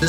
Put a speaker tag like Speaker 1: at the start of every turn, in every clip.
Speaker 1: 时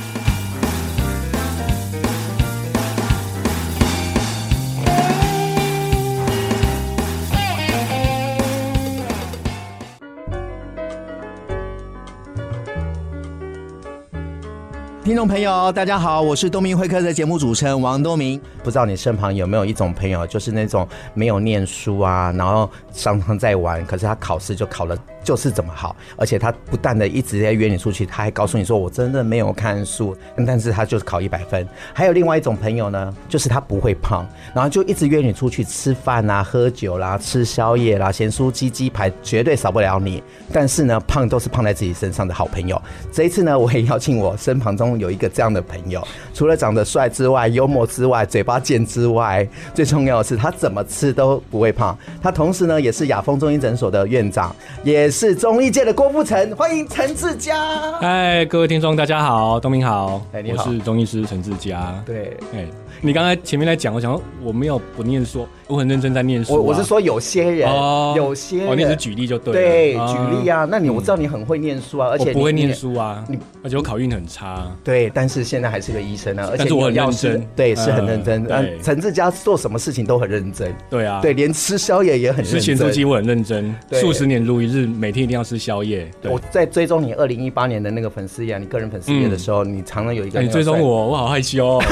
Speaker 2: 听众朋友，大家好，我是东明会客的节目主持人王东明。不知道你身旁有没有一种朋友，就是那种没有念书啊，然后常常在玩，可是他考试就考了就是怎么好，而且他不但的一直在约你出去，他还告诉你说我真的没有看书，但是他就是考一百分。还有另外一种朋友呢，就是他不会胖，然后就一直约你出去吃饭啊、喝酒啦、吃宵夜啦、咸酥鸡、鸡排，绝对少不了你。但是呢，胖都是胖在自己身上的好朋友。这一次呢，我也邀请我身旁中有一个这样的朋友，除了长得帅之外、幽默之外、嘴巴贱之外，最重要的是他怎么吃都不会胖。他同时呢，也是雅风中医诊所的院长，也是中医界的郭富城。欢迎陈志佳。
Speaker 3: 嗨，各位听众，大家好，东明好，
Speaker 2: 哎你
Speaker 3: 我
Speaker 2: 好
Speaker 3: 是中医师陈志佳。
Speaker 2: 对，
Speaker 3: 哎，你刚才前面在讲，我想说我没有不念书，我很认真在念书啊。
Speaker 2: 我我是说有些人，
Speaker 3: 哦
Speaker 2: 有些人，
Speaker 3: 哦，你只是举例就对
Speaker 2: 对，
Speaker 3: 了。
Speaker 2: 举例
Speaker 3: 啊，
Speaker 2: 啊，那你我知道你很会念书啊，而且
Speaker 3: 我
Speaker 2: 你
Speaker 3: 不会念。
Speaker 2: 你
Speaker 3: 书啊
Speaker 2: 你，
Speaker 3: 而且我考运很差。
Speaker 2: 对，但是现在还是个医生啊，而且
Speaker 3: 但是我很
Speaker 2: 你的药
Speaker 3: 认真
Speaker 2: 师对，是很认真。
Speaker 3: 嗯
Speaker 2: 嗯
Speaker 3: 对，
Speaker 2: 陈志佳做什么事情都很认真，
Speaker 3: 对啊，
Speaker 2: 对，，连吃宵夜也很认
Speaker 3: 吃咸
Speaker 2: 真。
Speaker 3: 酥鸡我很认真，
Speaker 2: 对
Speaker 3: 数十年如一日，每天一定要吃宵夜。对
Speaker 2: 我，在追踪你二零一八年的那个粉丝页啊，你个人粉丝页的时候，你常常有一个那
Speaker 3: 哎你
Speaker 2: 个
Speaker 3: 追踪
Speaker 2: 帅，
Speaker 3: 我，我好害羞 哦。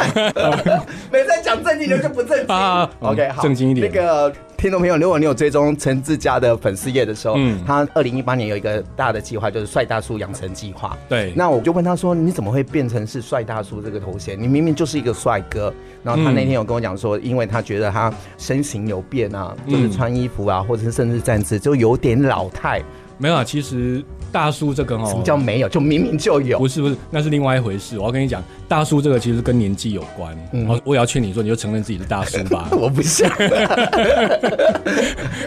Speaker 2: 没在讲正经的就不正经
Speaker 3: 啊。嗯
Speaker 2: OK，好，
Speaker 3: 正经一点
Speaker 2: 那个听众朋友，如果你有追踪陈志佳的粉丝页的时候，
Speaker 3: 嗯
Speaker 2: 他二零一八年有一个大的计划，就是帅大叔养成计划。
Speaker 3: 对，
Speaker 2: 那我就问他说：“你怎么会变成是帅大叔这个头衔？你明明就是一个帅哥。”然后他那天有跟我讲说，因为他觉得他身形有变啊，
Speaker 3: 嗯
Speaker 2: 就是穿衣服啊，或者是甚至站姿就有点老态。
Speaker 3: 没有啊，其实大叔这个哦，
Speaker 2: 什么叫没有？就明明就有，
Speaker 3: 不。是不是，那是另外一回事。我要跟你讲，大叔这个其实跟年纪有关。我我也要劝你说，你就承认自己是大叔吧
Speaker 2: 嗯 我不 像，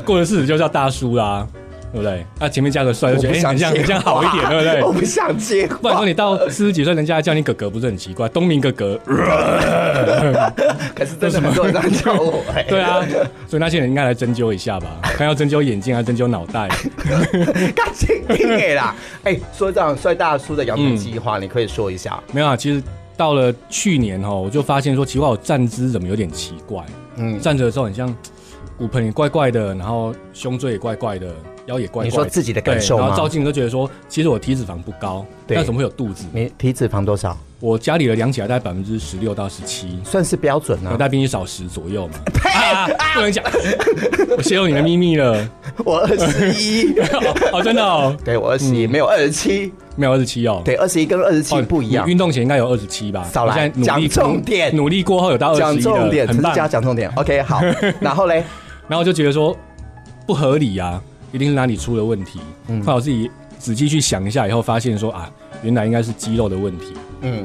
Speaker 3: 过了四十就叫大叔啦，对不对？那、前面加个帅，
Speaker 2: 我
Speaker 3: 就觉
Speaker 2: 不
Speaker 3: 得哎，
Speaker 2: 想
Speaker 3: 很像
Speaker 2: 接
Speaker 3: 很像好一 点，对不
Speaker 2: 我
Speaker 3: 对？
Speaker 2: 不想接
Speaker 3: 不然
Speaker 2: 话
Speaker 3: 说。你到四十几岁，人家还叫你哥哥，不是很奇怪？东明哥哥，
Speaker 2: 可是真的很多人这样叫 我哎、
Speaker 3: 对啊，所以那些人应该来针灸一下吧，看要针灸眼睛还是针灸脑袋。
Speaker 2: 赶紧听给啦！哎、说这样帅大叔的养
Speaker 3: 嗯
Speaker 2: 成计划，你可以说一下。
Speaker 3: 没有啊，其实到了去年哈，我就发现说，奇怪，我站姿怎么有点奇怪？
Speaker 2: 嗯
Speaker 3: 嗯，站着的时候很像骨盆也怪怪的，然后胸椎也怪怪的，腰也怪怪的。
Speaker 2: 你说自己的感受
Speaker 3: 对
Speaker 2: 吗
Speaker 3: 然后照镜子就觉得说，其实我体脂肪不高，
Speaker 2: 对
Speaker 3: 但怎么会有肚子？
Speaker 2: 你体脂肪多少？
Speaker 3: 我家里的量起来大概百分之十六到十七。
Speaker 2: 算是标准
Speaker 3: 我
Speaker 2: 啊。
Speaker 3: 大概比你少十左 右嘛，啊不能讲， 我泄露你的秘密了。
Speaker 2: 我二十一，
Speaker 3: 哦，哦真的哦，
Speaker 2: 对我二十一，没有二十七。
Speaker 3: 没有二十七哦，
Speaker 2: 对，二十一跟二十七
Speaker 3: 哦，
Speaker 2: 不一样
Speaker 3: 你。运动前应该有二十七吧？
Speaker 2: 少来
Speaker 3: 我现在努力
Speaker 2: 讲重点
Speaker 3: 努力过后有到二
Speaker 2: 讲
Speaker 3: 十一
Speaker 2: 重点，
Speaker 3: 了，
Speaker 2: 陈
Speaker 3: 很
Speaker 2: 志
Speaker 3: 棒。
Speaker 2: 佳讲重点。OK，好。 然后嘞，
Speaker 3: 然后就觉得说不合理啊，一定是哪里出了问题。
Speaker 2: 嗯
Speaker 3: 后来我自己仔细去想一下以后，发现说啊，原来应该是肌肉的问题。因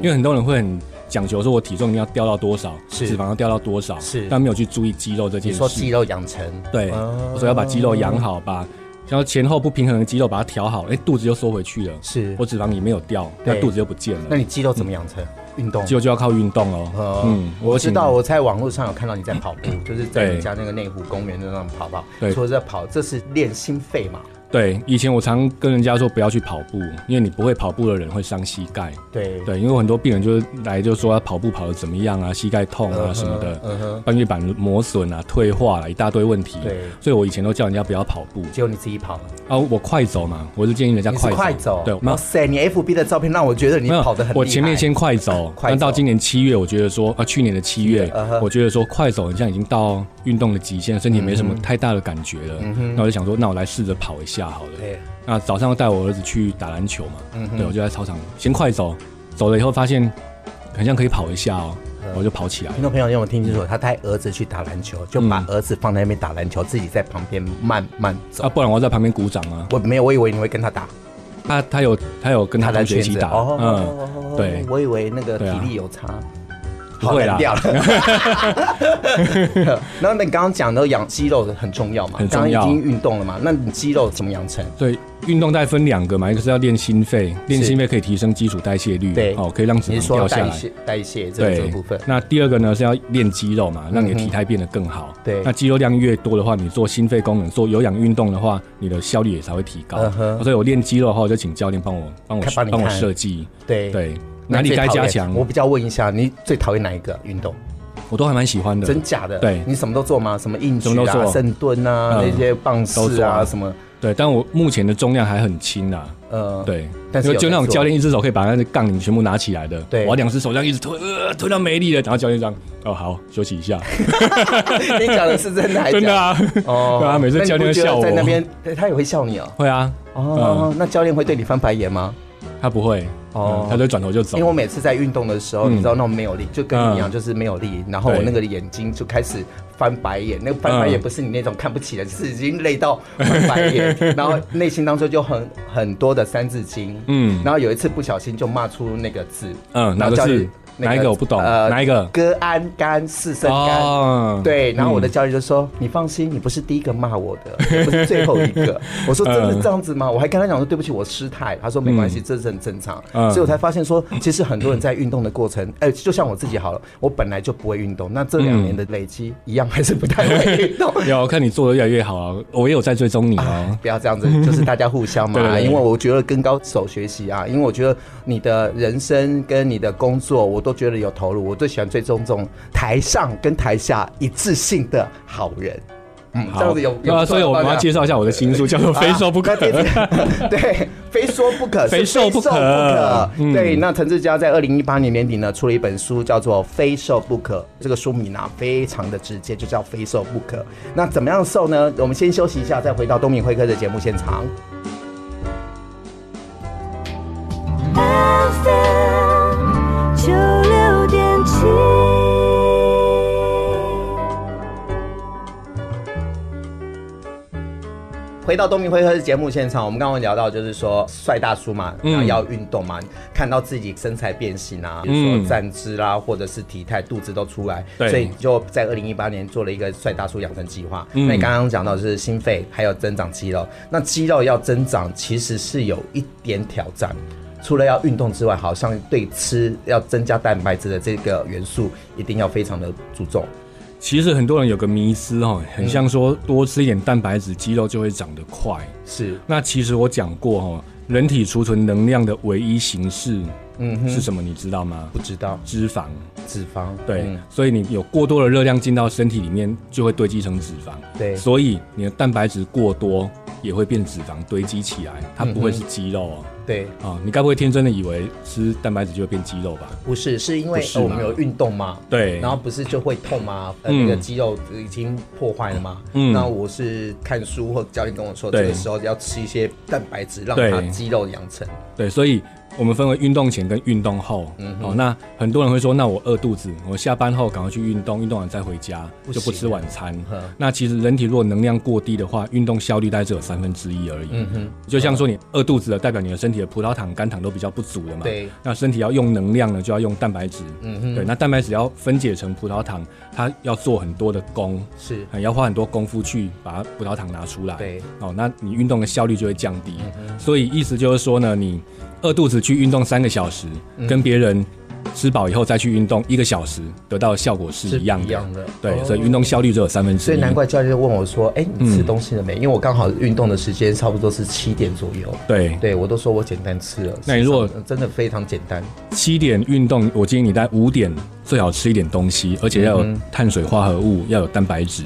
Speaker 2: 嗯，
Speaker 3: 为很多人会很讲求说我体重一定要掉到多少，
Speaker 2: 是
Speaker 3: 脂肪要掉到多少，
Speaker 2: 是
Speaker 3: 但没有去注意肌肉这
Speaker 2: 你
Speaker 3: 件
Speaker 2: 说
Speaker 3: 事。
Speaker 2: 肌肉养成，
Speaker 3: 对，
Speaker 2: 哦
Speaker 3: 我说要把肌肉养好吧，然后前后不平衡的肌肉把它调好，哎，肚子又缩回去了，
Speaker 2: 是
Speaker 3: 我脂肪也没有掉，
Speaker 2: 对
Speaker 3: 那肚子又不见了
Speaker 2: 那，你肌肉怎么养成？运动
Speaker 3: 肌。肉就要靠运动哦
Speaker 2: 呃。
Speaker 3: 嗯，
Speaker 2: 我知道，
Speaker 3: 请
Speaker 2: 我在网络上有看到你在跑步，就是在
Speaker 3: 对
Speaker 2: 你家那个内湖公园的那种跑跑。
Speaker 3: 对
Speaker 2: 除了在跑，这是练心肺嘛？
Speaker 3: 对，以前我常跟人家说不要去跑步，因为你不会跑步的人会伤膝盖。
Speaker 2: 对，
Speaker 3: 对，因啊为我很多病人就是来就说他跑步跑得怎么样啊，膝盖痛啊什么的，
Speaker 2: 嗯哼，
Speaker 3: 半月板磨损啊、退化啊，一大堆问题。
Speaker 2: 对
Speaker 3: 所以我以前都叫人家不要跑步
Speaker 2: 只有你自己跑了。
Speaker 3: 啊，我快走嘛，我是建议人家
Speaker 2: 你是
Speaker 3: 快走。
Speaker 2: 快走，
Speaker 3: 对，
Speaker 2: 哇
Speaker 3: 那
Speaker 2: 塞，你 FB 的照片让我觉得你
Speaker 3: 没有
Speaker 2: 跑得很厉害。
Speaker 3: 我前面先快走，
Speaker 2: 快
Speaker 3: 那到
Speaker 2: 走
Speaker 3: 今年七月，我觉得说啊，去年的七月
Speaker 2: 嗯哼，
Speaker 3: 我觉得说快走好像已经到运动的极限，身体没什
Speaker 2: 嗯
Speaker 3: 么太大的感觉了。那我就想说，那我来试着跑一下好了。
Speaker 2: 对，
Speaker 3: 那早上带我儿子去打篮球嘛，
Speaker 2: 嗯
Speaker 3: 对，我就在操场先快走，走了以后发现很像可以跑一下哦，
Speaker 2: 嗯
Speaker 3: 我就跑起来了
Speaker 2: 听。众朋友有没有听清楚？他带儿子去打篮球，就
Speaker 3: 嗯
Speaker 2: 把儿子放在那边打篮球，自己在旁边慢慢走。
Speaker 3: 啊，不然我要在旁边鼓掌啊。
Speaker 2: 我没有，我以为你会跟他打，
Speaker 3: 他他有他有跟他
Speaker 2: 他
Speaker 3: 同
Speaker 2: 在
Speaker 3: 学
Speaker 2: 圈
Speaker 3: 一起
Speaker 2: 子
Speaker 3: 打，嗯，对
Speaker 2: 哦我以为那个体
Speaker 3: 对啊
Speaker 2: 力有差。
Speaker 3: 不会
Speaker 2: 好冷
Speaker 3: 啦啊
Speaker 2: 掉 了。然后那你刚刚讲到养肌肉很重要嘛，
Speaker 3: 很
Speaker 2: 刚
Speaker 3: 重
Speaker 2: 刚
Speaker 3: 要
Speaker 2: 已经运动了嘛，那你肌肉怎么养成？
Speaker 3: 对，运动带分两个嘛，一个是要练心肺，练
Speaker 2: 是
Speaker 3: 心肺可以提升基础代谢率，
Speaker 2: 对
Speaker 3: 哦，可以让脂
Speaker 2: 你是
Speaker 3: 肪
Speaker 2: 说
Speaker 3: 掉下
Speaker 2: 代
Speaker 3: 来。
Speaker 2: 谢代谢这个这个
Speaker 3: 对
Speaker 2: 部分，？
Speaker 3: 那第二个呢是要练肌肉嘛，让你的
Speaker 2: 嗯哼
Speaker 3: 体态变得更好。
Speaker 2: 对
Speaker 3: 那肌肉量越多的话，你做心肺功能、做有氧运动的话，你的效率也才会提高。
Speaker 2: 嗯哼
Speaker 3: 所以我练肌肉的话，我就请教练帮我帮我
Speaker 2: 看帮你
Speaker 3: 帮我
Speaker 2: 看
Speaker 3: 设计，
Speaker 2: 对。
Speaker 3: 对哪里
Speaker 2: 那最
Speaker 3: 该
Speaker 2: 讨
Speaker 3: 加
Speaker 2: 厌
Speaker 3: 强，
Speaker 2: 我
Speaker 3: 我
Speaker 2: 比较问一下，你最讨厌哪一个运动？
Speaker 3: 我都还蛮喜欢的。
Speaker 2: 真假的？
Speaker 3: 对
Speaker 2: 你什么都做吗？什么硬
Speaker 3: 什
Speaker 2: 举
Speaker 3: 么都
Speaker 2: 啊、
Speaker 3: 做
Speaker 2: 深蹲啊、
Speaker 3: 嗯
Speaker 2: 那些棒
Speaker 3: 都
Speaker 2: 式
Speaker 3: 做
Speaker 2: 啊
Speaker 3: 啊
Speaker 2: 什么？
Speaker 3: 对，但我目前的重量还很轻啊。
Speaker 2: 呃，
Speaker 3: 对，
Speaker 2: 但是
Speaker 3: 就
Speaker 2: 有
Speaker 3: 就
Speaker 2: 在
Speaker 3: 那种
Speaker 2: 做
Speaker 3: 教练一只手可以把那个杠铃全部拿起来的，
Speaker 2: 对
Speaker 3: 我要两只手这样一直推，呃，推到没力了，然后教练这样，哦，好，休息一下，
Speaker 2: 呃你讲的是真的还是假
Speaker 3: 真的啊，
Speaker 2: 哦，
Speaker 3: 对啊每次
Speaker 2: 那你
Speaker 3: 教练
Speaker 2: 不觉得
Speaker 3: 会笑我
Speaker 2: 在那边，呃他也会笑你哦。
Speaker 3: 会啊，
Speaker 2: 哦，那教练会对你翻白眼吗？
Speaker 3: 他不会，
Speaker 2: 哦
Speaker 3: 哦，他就转头就走
Speaker 2: 因为，我每次在运动的时候，
Speaker 3: 嗯
Speaker 2: 你知道那种没有力，就跟你一样，
Speaker 3: 嗯
Speaker 2: 就是没有力，然后
Speaker 3: 对
Speaker 2: 我那个眼睛就开始翻白眼，那个翻白眼
Speaker 3: 嗯
Speaker 2: 不是你那种看不起的，是已经累到翻白眼， 然后内心当中就很很多的三字经，
Speaker 3: 嗯
Speaker 2: 然后有一次不小心就骂出那个字，
Speaker 3: 嗯，
Speaker 2: 然
Speaker 3: 哪
Speaker 2: 后教
Speaker 3: 个
Speaker 2: 练
Speaker 3: 是哪一个我不懂，
Speaker 2: 呃
Speaker 3: 哪一个？
Speaker 2: 歌氨肝四肾肝。对，然后我的
Speaker 3: 嗯
Speaker 2: 教练就说：“你放心，你不是第一个骂我的， 也不是最后一个。”我说：“真的这样子吗？”我还跟他讲说：“对不起，我失态。”他说：“没关系，这是很正常。”
Speaker 3: 嗯
Speaker 2: 所以我才发现说，其实很多人在运动的过程，哎，就像我自己好了，我本来就不会运动，那这两年的累积一样还是不太会运动。
Speaker 3: 有看你做的越来越好啊，我也有在追踪你哦，
Speaker 2: 啊不要这样子，就是大家互相嘛。
Speaker 3: 对对 对
Speaker 2: 因为我觉得跟高手学习啊，因为我觉得你的人生跟你的工作，我都觉得有投入。我最喜欢追踪这种台上跟台下一致性的好人。嗯，这样
Speaker 3: 好
Speaker 2: 子有，有
Speaker 3: 那
Speaker 2: 不错
Speaker 3: 所以我们
Speaker 2: 方
Speaker 3: 要
Speaker 2: 向
Speaker 3: 介绍一下我的新书，叫做《非说不可
Speaker 2: 啊》，那对，非说不可，是
Speaker 3: 非说不可
Speaker 2: 非可
Speaker 3: 嗯
Speaker 2: 对，那陈志佳在二零一八年年底呢，出了一本书，叫做《非瘦不可》。这个书名啊，非常的直接，就叫《非瘦不可》。那怎么样瘦呢？我们先休息一下，再回到东明会客的节目现场。
Speaker 4: FM 九六点七。
Speaker 2: 回到东明会客的节目现场，我们刚刚聊到就是说帅大叔嘛，
Speaker 3: 嗯
Speaker 2: 然后要运动嘛，看到自己身材变形啊，比如说
Speaker 3: 嗯
Speaker 2: 站姿啦、或者是体态、肚子都出来，
Speaker 3: 对
Speaker 2: 所以就在二零一八年做了一个帅大叔养成计划。
Speaker 3: 嗯
Speaker 2: 那你刚刚讲到就是心肺还有增长肌肉，那肌肉要增长其实是有一点挑战。除了要运动之外，好像对吃要增加蛋白质的这个元素，一定要非常的注重。
Speaker 3: 其实很多人有个迷思哦，很像说多吃一点蛋白质，肌肉就会长得快。
Speaker 2: 是，
Speaker 3: 那其实我讲过哦，人体储存能量的唯一形式
Speaker 2: 嗯
Speaker 3: 是
Speaker 2: 哼，
Speaker 3: 什么？你知道吗
Speaker 2: 不？知道
Speaker 3: 脂肪。
Speaker 2: 脂肪，
Speaker 3: 对，
Speaker 2: 嗯
Speaker 3: 所以你有过多的热量进到身体里面，就会堆积成脂肪。
Speaker 2: 对
Speaker 3: 所以你的蛋白质过多也会变脂肪堆积起来，它不会是肌肉哦。
Speaker 2: 对。
Speaker 3: 啊、你该不会天真的以为吃蛋白质就会变肌肉吧？
Speaker 2: 不是，是因为
Speaker 3: 不是
Speaker 2: 呃我
Speaker 3: 吗
Speaker 2: 们有运动嘛，
Speaker 3: 对
Speaker 2: 然后不是就会痛吗？呃，
Speaker 3: 嗯
Speaker 2: 那个肌肉已经破坏了嘛。
Speaker 3: 嗯
Speaker 2: 那我是看书或教练跟我说，这
Speaker 3: 对
Speaker 2: 个时候要吃一些蛋白质，让
Speaker 3: 对
Speaker 2: 它肌肉养成。
Speaker 3: 对，所以我们分为运动前跟运动后。
Speaker 2: 嗯
Speaker 3: 哦，那很多人会说，那我饿肚子，我下班后赶快去运动，运动完再回家，
Speaker 2: 不
Speaker 3: 就不吃
Speaker 2: 行啊
Speaker 3: 晚餐
Speaker 2: 呵。
Speaker 3: 那其实人体如果能量过低的话，运动效率大概只有三分之一而已。
Speaker 2: 嗯哼，
Speaker 3: 就像说你饿肚子了，代表你的身体的葡萄糖、肝糖都比较不足了嘛。
Speaker 2: 对。
Speaker 3: 那身体要用能量呢，就要用蛋白质。
Speaker 2: 嗯哼
Speaker 3: 对，那蛋白质要分解成葡萄糖，它要做很多的功，
Speaker 2: 是
Speaker 3: 呃要花很多功夫去把葡萄糖拿出来。
Speaker 2: 对。嗯
Speaker 3: 哦，那你运动的效率就会降低。所以意思就是说呢，你饿肚子去运动三个小时，
Speaker 2: 嗯
Speaker 3: 跟别人吃饱以后再去运动一个小时，得到的效果是
Speaker 2: 是
Speaker 3: 一样的。
Speaker 2: 不一样的
Speaker 3: 对，
Speaker 2: 哦
Speaker 3: 所以运动效率只有三分之一。
Speaker 2: 所以难。怪教练问我说：“哎、你吃东西了没？”因为我刚好运动的时间差不多是七点左右。
Speaker 3: 对。
Speaker 2: 对，我都说我简单吃了。
Speaker 3: 那你如果
Speaker 2: 事实上嗯真的非常简单，
Speaker 3: 七点运动，我建议你在五点最好吃一点东西，而且要
Speaker 2: 嗯
Speaker 3: 有碳水化合物，要有蛋白质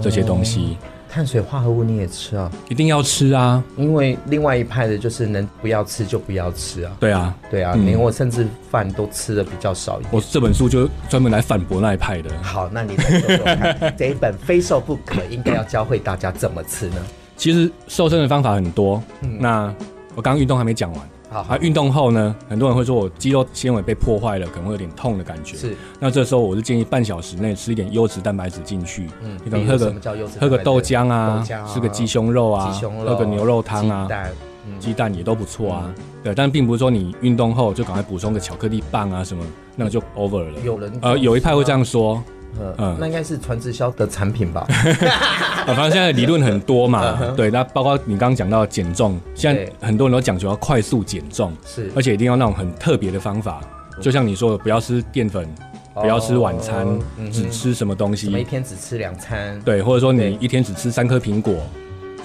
Speaker 3: 这些东西，
Speaker 2: 碳水化合物你也吃啊，
Speaker 3: 一定要吃啊！
Speaker 2: 因为另外一派的就是能不要吃就不要吃啊。
Speaker 3: 对啊，
Speaker 2: 对啊，连我甚至饭都吃的比较少一点。
Speaker 3: 我这本书就专门来反驳那一派的。
Speaker 2: 好，那你来说说看，这一本《非瘦不可》应该要教会大家怎么吃呢？
Speaker 3: 其实瘦身的方法很多，那我刚刚运动还没讲完。
Speaker 2: 好
Speaker 3: 啊，运动后呢，很多人会说我肌肉纤维被破坏了，可能会有点痛的感觉。
Speaker 2: 是，
Speaker 3: 那这时候我就建议半小时内吃一点优质蛋白质进去，嗯，你可能喝
Speaker 2: 比如什么叫
Speaker 3: 个
Speaker 2: 优质蛋白质
Speaker 3: 喝个豆浆啊，
Speaker 2: 豆浆啊
Speaker 3: 吃个鸡胸肉啊，
Speaker 2: 鸡胸肉、
Speaker 3: 喝个牛肉汤啊
Speaker 2: 鸡，蛋，
Speaker 3: 鸡蛋也都不错啊。对，但并不是说你运动后就赶快补充个巧克力棒啊什么，那个就 over 了。
Speaker 2: 有人
Speaker 3: 呃，有一派会这样说，
Speaker 2: 嗯
Speaker 3: 嗯，
Speaker 2: 那应该是传直销的产品 吧？
Speaker 3: 啊，反正现在理论很多嘛，对，那包括你刚刚讲到减重，现在
Speaker 2: 嗯对
Speaker 3: 很多人都讲究要快速减重，
Speaker 2: 是
Speaker 3: 而且一定要那种很特别的方法，就像你说的，不要吃淀粉，不要吃晚餐
Speaker 2: 嗯哦嗯，哼
Speaker 3: 只吃什么东
Speaker 2: 我们一
Speaker 3: 西，
Speaker 2: 天只吃两餐。，
Speaker 3: 对，或者说
Speaker 2: 对
Speaker 3: 你一天只吃三颗苹果，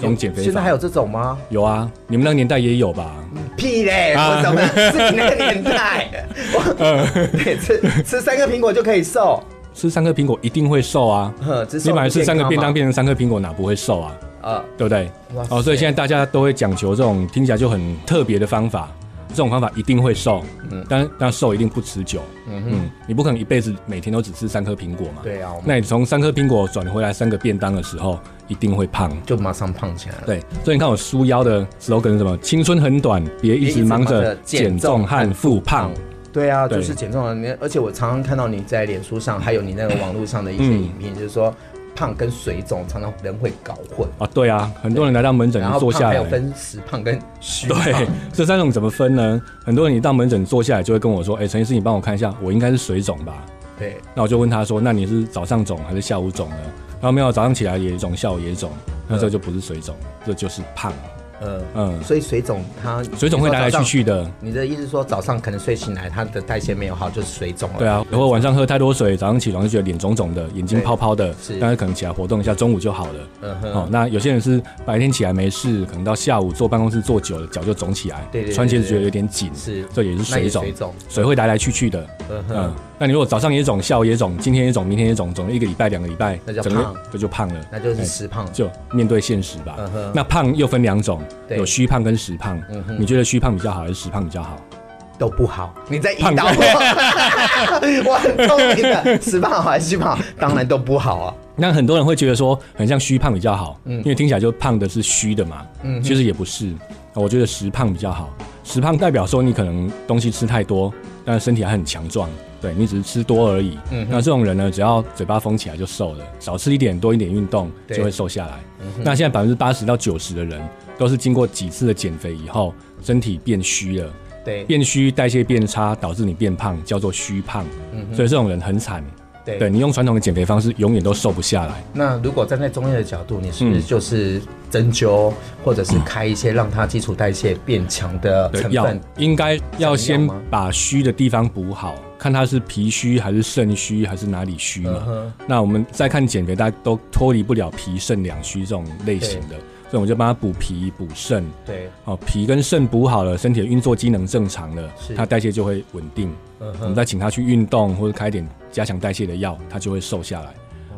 Speaker 3: 这种减肥
Speaker 2: 现在还
Speaker 3: 法
Speaker 2: 有嗯这种吗？
Speaker 3: 有啊，你们那个年代也有吧？
Speaker 2: 屁嘞！我
Speaker 3: 啊嗯
Speaker 2: 怎 么是你那个年代？我 对吃吃三个苹果就可以瘦，
Speaker 3: 吃三颗苹果一定会瘦啊，
Speaker 2: 呵，只
Speaker 3: 你
Speaker 2: 瘦
Speaker 3: 本来吃三个便当
Speaker 2: 变
Speaker 3: 变成三颗苹果，哪不会瘦啊？
Speaker 2: 啊，
Speaker 3: 对不对
Speaker 2: 哇？
Speaker 3: 哦，所以现在大家都会讲求这种听起来就很特别的方法，这种方法一定会瘦，嗯，但但瘦一定不持久，嗯你不可能一辈子每天都只吃三颗苹果嘛，
Speaker 2: 对啊我们
Speaker 3: 那你从三颗苹果转回来三个便当的时候，一定会胖。
Speaker 2: 就马上胖起来了。
Speaker 3: 对，所以你看我书腰的 slogan 是什么？青春很短，别一直忙着减重和复胖。
Speaker 2: 对啊，
Speaker 3: 对
Speaker 2: 就是减重了。你而且我常常看到你在脸书上，还有你那个网络上的一些
Speaker 3: 嗯
Speaker 2: 影片，就是说胖跟水肿常常人会搞混，
Speaker 3: 啊，对啊，很多人来到门诊
Speaker 2: 然后
Speaker 3: 坐
Speaker 2: 胖
Speaker 3: 下
Speaker 2: 还
Speaker 3: 来
Speaker 2: 有，分实胖跟虚胖。
Speaker 3: 对，这三种怎么分呢？很多人一到门诊坐下来就会跟我说：“哎、陈医师，你帮我看一下，我应该是水肿吧？”
Speaker 2: 对
Speaker 3: 那我就问他说：“那你是早上肿还是下午肿呢？”然后没有，早上起来也肿，下午也肿，那这就不是水肿，这就是胖。
Speaker 2: 呃
Speaker 3: 嗯
Speaker 2: 所以水肿它
Speaker 3: 水肿会来来去。去的，
Speaker 2: 你的意思是说早上可能睡醒来，它的代谢没有好，就是水肿了。
Speaker 3: 对啊。然后晚上喝太多水，早上起床就觉得脸肿肿的，眼睛泡泡的
Speaker 2: 是，
Speaker 3: 但是可能起来活动一下，中午就好了。
Speaker 2: 嗯哼
Speaker 3: 哦，那有些人是白天起来没事，可能到下午坐办公室坐久了，脚就肿起来，
Speaker 2: 对对对
Speaker 3: 穿鞋子
Speaker 2: 对
Speaker 3: 觉得有点紧，
Speaker 2: 是
Speaker 3: 这也是
Speaker 2: 那也是
Speaker 3: 水肿
Speaker 2: 水肿，
Speaker 3: 水会来来去去的。
Speaker 2: 嗯哼
Speaker 3: 嗯，那你如果早上也肿，下午也肿，今天也肿，明天也肿，肿了一个礼拜、两个礼拜，
Speaker 2: 那叫
Speaker 3: 整个
Speaker 2: 胖
Speaker 3: 这就胖了，
Speaker 2: 那就是
Speaker 3: 哎
Speaker 2: 实胖。
Speaker 3: 就面对现实吧。
Speaker 2: 嗯哼
Speaker 3: 那胖又分两种，
Speaker 2: 对嗯
Speaker 3: 有虚胖跟实胖。你觉得虚胖比较好还是实胖比较好？
Speaker 2: 都不好，你在引
Speaker 3: 胖
Speaker 2: 导我， 我很聪明的，实胖好还是虚胖好？当然都不好啊。
Speaker 3: 那很多人会觉得说，很像虚胖比较好，
Speaker 2: 嗯
Speaker 3: 因为听起来就胖的是虚的嘛。嗯，其实也不是，我觉得实胖比较好。实胖代表说你可能东西吃太多，但是身体还很强壮，对你只是吃多而已。嗯，那这种人呢，只要嘴巴封起来就瘦了，少吃一点，多一点运动
Speaker 2: 对嗯
Speaker 3: 就会瘦下来。那现在百分之八十到九十的人都是经过几次的减肥以后，身体变虚了。
Speaker 2: 对
Speaker 3: 变虚、代谢变差，导致你变胖，叫做虚胖。所以这种人很惨。
Speaker 2: 对
Speaker 3: 你用传统的减肥方式，永远都瘦不下来。
Speaker 2: 那如果站在中医的角度，你是不
Speaker 3: 嗯
Speaker 2: 是就是针灸，或者是开一些让它基础代谢变强的成
Speaker 3: 对，要
Speaker 2: 分？
Speaker 3: 应该要
Speaker 2: 成
Speaker 3: 先
Speaker 2: 药吗
Speaker 3: 把虚的地方补好，看它是脾虚还是肾虚还是哪里虚
Speaker 2: 嗯
Speaker 3: 嘛。那我们再看减肥，大家都脱离不了脾肾两虚这种类型的，所以我们就帮他补脾补肾。
Speaker 2: 对，
Speaker 3: 哦，脾跟肾补好了，身体的运作机能正常了
Speaker 2: 是，
Speaker 3: 它代谢就会稳定。
Speaker 2: 嗯
Speaker 3: 我们再请他去运动或者开点加强代谢的药，他就会瘦下来。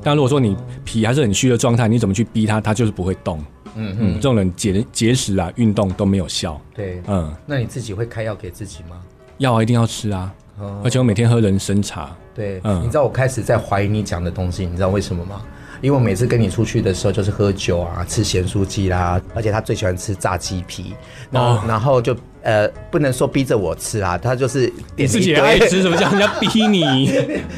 Speaker 3: 但如果说你脾还是很虚的状态，你怎么去逼他，他就是不会动。嗯嗯，这种人节节食啊，运动都没有效。
Speaker 2: 对，
Speaker 3: 嗯，
Speaker 2: 那你自己会开药给自己吗？
Speaker 3: 药啊一定要吃啊，
Speaker 2: 哦
Speaker 3: 而且我每天喝人参茶。
Speaker 2: 对，
Speaker 3: 嗯
Speaker 2: 你知道我开始在怀疑你讲的东西，你知道为什么吗？因为我每次跟你出去的时候，就是喝酒啊，吃咸酥鸡啦，而且他最喜欢吃炸鸡皮，然后、
Speaker 3: 哦
Speaker 2: 然后就呃，不能说逼着我吃啊，他就是点
Speaker 3: 你自己
Speaker 2: 一
Speaker 3: 也
Speaker 2: 堆
Speaker 3: 爱吃，什么叫人家逼 你？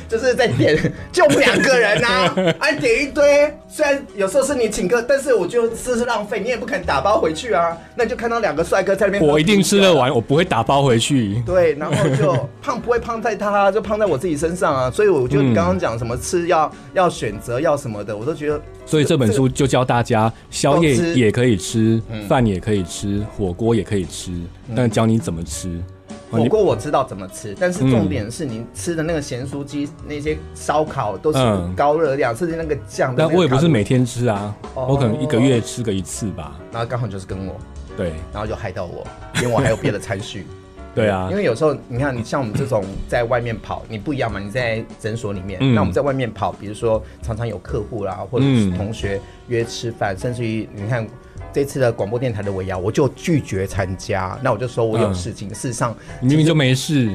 Speaker 2: 就是在点，就我们两个人 啊，啊点一堆。虽然有时候是你请客，但是我觉得这是浪费，你也不肯打包回去啊。那就看到两个帅哥在那边，
Speaker 3: 我一定吃得。完，我不会打包回去。
Speaker 2: 啊对，然后就胖不会胖在他，就胖在我自己身上啊。所以我就你刚刚讲什么吃要要选择要什么的，我都觉得。
Speaker 3: 所以这本书就教大家，宵夜
Speaker 2: 都吃
Speaker 3: 也可以吃，
Speaker 2: 嗯
Speaker 3: 饭也可以吃，火锅也可以吃，但教你怎么吃。哦
Speaker 2: 火
Speaker 3: 你
Speaker 2: 锅我知道怎么吃，但是重点是你吃的那个咸酥鸡、那些烧烤都是
Speaker 3: 嗯
Speaker 2: 高热量，甚至那个酱的那个
Speaker 3: 但
Speaker 2: 卡路。
Speaker 3: 我也不是每天吃啊，
Speaker 2: 哦
Speaker 3: 我可能一个月吃个一次吧。
Speaker 2: 然后刚好就是跟我，
Speaker 3: 对，
Speaker 2: 然后就害到我，因为我还有别的餐序。
Speaker 3: 对啊
Speaker 2: 因，为有时候你看，你像我们这种在外面跑，你不一样嘛，你在诊所里面，
Speaker 3: 嗯
Speaker 2: 那我们在外面跑，比如说常常有客户啦，或者是
Speaker 3: 嗯
Speaker 2: 同学约吃饭，甚至于你看。这次的广播电台的尾牙，我就拒绝参加。那我就说我有
Speaker 3: 嗯
Speaker 2: 事情。事实上，
Speaker 3: 你明明就没事。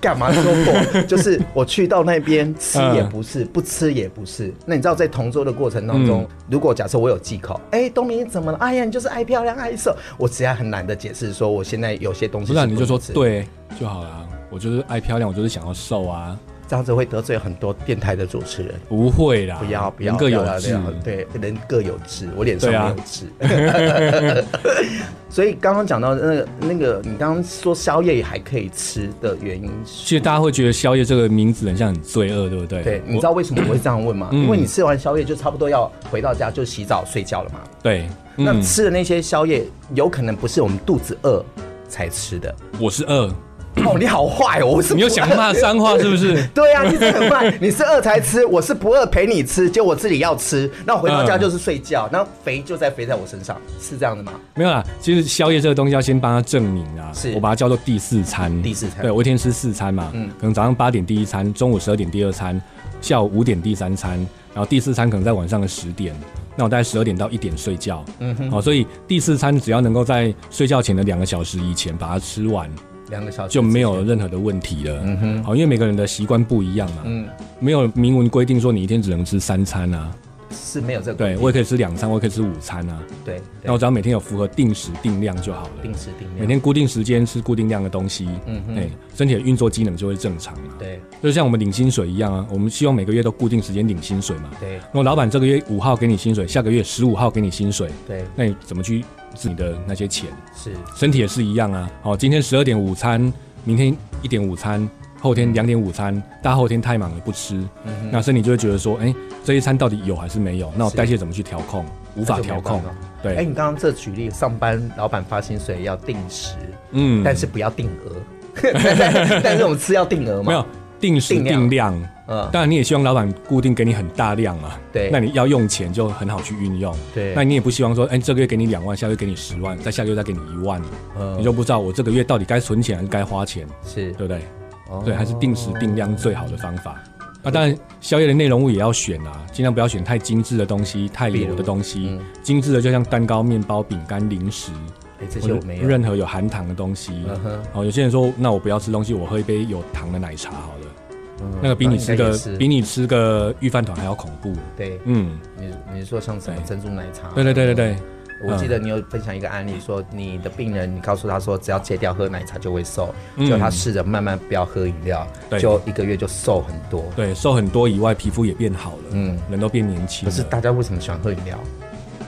Speaker 2: 干嘛说 过？就是我去到那边吃
Speaker 3: 嗯
Speaker 2: 也不是，不吃也不是。那你知道在同桌的过程当
Speaker 3: 嗯
Speaker 2: 中，如果假设我有忌口，哎、东明你怎么了？哎呀，你就是爱漂亮爱瘦。我实在很懒得解释，说我现在有些东西
Speaker 3: 不是啊、
Speaker 2: 是
Speaker 3: 你就说
Speaker 2: 能吃，
Speaker 3: 对就好啦。我就是爱漂亮，我就是想要瘦啊。
Speaker 2: 这样子会得罪很多电台的主持人。
Speaker 3: 不会啦，
Speaker 2: 不要不要，
Speaker 3: 啊人各有
Speaker 2: 不要
Speaker 3: 志
Speaker 2: 不要，对，人各有志，我脸上
Speaker 3: 对
Speaker 2: 没
Speaker 3: 啊
Speaker 2: 有志。 所以刚刚讲到那个那个，你刚刚说宵夜还可以吃的原因是，
Speaker 3: 其实大家会觉得宵夜这个名字很像很罪恶，对不对？
Speaker 2: 对，你
Speaker 3: 我
Speaker 2: 知道为什么我会这样问吗？
Speaker 3: 嗯
Speaker 2: 因为你吃完宵夜就差不多要回到家就洗澡睡觉了嘛。
Speaker 3: 对，
Speaker 2: 那
Speaker 3: 嗯，
Speaker 2: 吃的那些宵夜，有可能不是我们肚子饿才吃的。
Speaker 3: 我是饿，
Speaker 2: 哦，你好坏哦，我是
Speaker 3: 你又
Speaker 2: 不？
Speaker 3: 想骂脏话是不是
Speaker 2: 对呀、啊，你真的很慢，你是饿才吃，我是不饿陪你吃，结果我自己要吃，那我回到家就是睡觉，那、肥就在肥在我身上，是这样的吗？
Speaker 3: 没有啦，其实宵夜这个东西要先帮它证明啊
Speaker 2: 是，
Speaker 3: 我把它叫做第四餐。
Speaker 2: 第四餐
Speaker 3: 对我一天吃四餐嘛，
Speaker 2: 嗯
Speaker 3: 可能早上八点第一餐，中午十二点第二餐，下午五点第三餐，然后第四餐可能在晚上的十点，那我大概十二点到一点睡觉。嗯哼，好、所以第四餐只要能够在睡觉前的两个小时以前把它吃完，
Speaker 2: 两个小时
Speaker 3: 就没有任何的问题了。嗯哼，好，因为每个人的习惯不一样嘛，
Speaker 2: 嗯
Speaker 3: 没有明文规定说你一天只能吃三餐啊，
Speaker 2: 是没有这个
Speaker 3: 对我也可以吃两餐，我也可以吃午餐啊，
Speaker 2: 对，
Speaker 3: 那我只要每天有符合定时定量就好了。
Speaker 2: 定时定量，
Speaker 3: 每天固定时间吃固定量的东西，嗯哼，身体的运作机能就会正常嘛。，
Speaker 2: 对
Speaker 3: 就像我们领薪水一样啊，我们希望每个月都固定时间领薪水嘛。
Speaker 2: 对
Speaker 3: 那老板这个月五号给你薪水，下个月十五号给你薪水，
Speaker 2: 对
Speaker 3: 那你怎么去治你的那些钱？
Speaker 2: 是
Speaker 3: 身体也是一样啊。哦，今天十二点午餐，明天一点午餐，后天两点午餐，大后天太忙了不吃，
Speaker 2: 嗯
Speaker 3: 那身体就会觉得说，哎、这一餐到底有还是没有？那我代谢怎么去调控？无法调
Speaker 2: 那就
Speaker 3: 控
Speaker 2: 没办。
Speaker 3: 对，
Speaker 2: 哎、你刚刚这举例，上班老板发薪水要定时，
Speaker 3: 嗯
Speaker 2: 但是不要定额， 但是我们吃要定额嘛，
Speaker 3: 没有定时
Speaker 2: 定量
Speaker 3: 定量。
Speaker 2: 嗯
Speaker 3: 当然，你也希望老板固定给你很大量嘛，
Speaker 2: 对
Speaker 3: 那你要用钱就很好去运用，
Speaker 2: 对
Speaker 3: 那你也不希望说，哎、这个月给你两万，下个月给你十万，再下个月再给你一万，
Speaker 2: 嗯
Speaker 3: 你就不知道我这个月到底该存钱还是该花钱，
Speaker 2: 是
Speaker 3: 对不对？
Speaker 2: 哦
Speaker 3: 对，还是定时定量最好的方法。那当然，宵夜的内容物也要选啊，尽量不要选太精致的东西、太
Speaker 2: 比如
Speaker 3: 油的东西。
Speaker 2: 嗯
Speaker 3: 精致的就像蛋糕、面包、饼干、零食，
Speaker 2: 哎、这些我没有，
Speaker 3: 任何有含糖的东西
Speaker 2: 嗯哼。
Speaker 3: 哦，有些人说，那我不要吃东西，我喝一杯有糖的奶茶好了。那个比你吃
Speaker 2: 嗯那应该
Speaker 3: 个
Speaker 2: 也是
Speaker 3: 比你吃个预饭团还要恐怖。
Speaker 2: 对，
Speaker 3: 嗯，
Speaker 2: 你你说像什么珍珠奶茶？啊
Speaker 3: 对对对对对。
Speaker 2: 我记
Speaker 3: 嗯
Speaker 2: 得你有分享一个案例，说你的病人，你告诉他说只要戒掉喝奶茶就会瘦，
Speaker 3: 嗯
Speaker 2: 就他试着慢慢不要喝饮料，
Speaker 3: 对
Speaker 2: 就一个月就瘦很多。
Speaker 3: 对，瘦很多以外，皮肤也变好了，
Speaker 2: 嗯
Speaker 3: 嗯，人都变年轻
Speaker 2: 可
Speaker 3: 了。
Speaker 2: 是大家为什么喜欢喝饮料？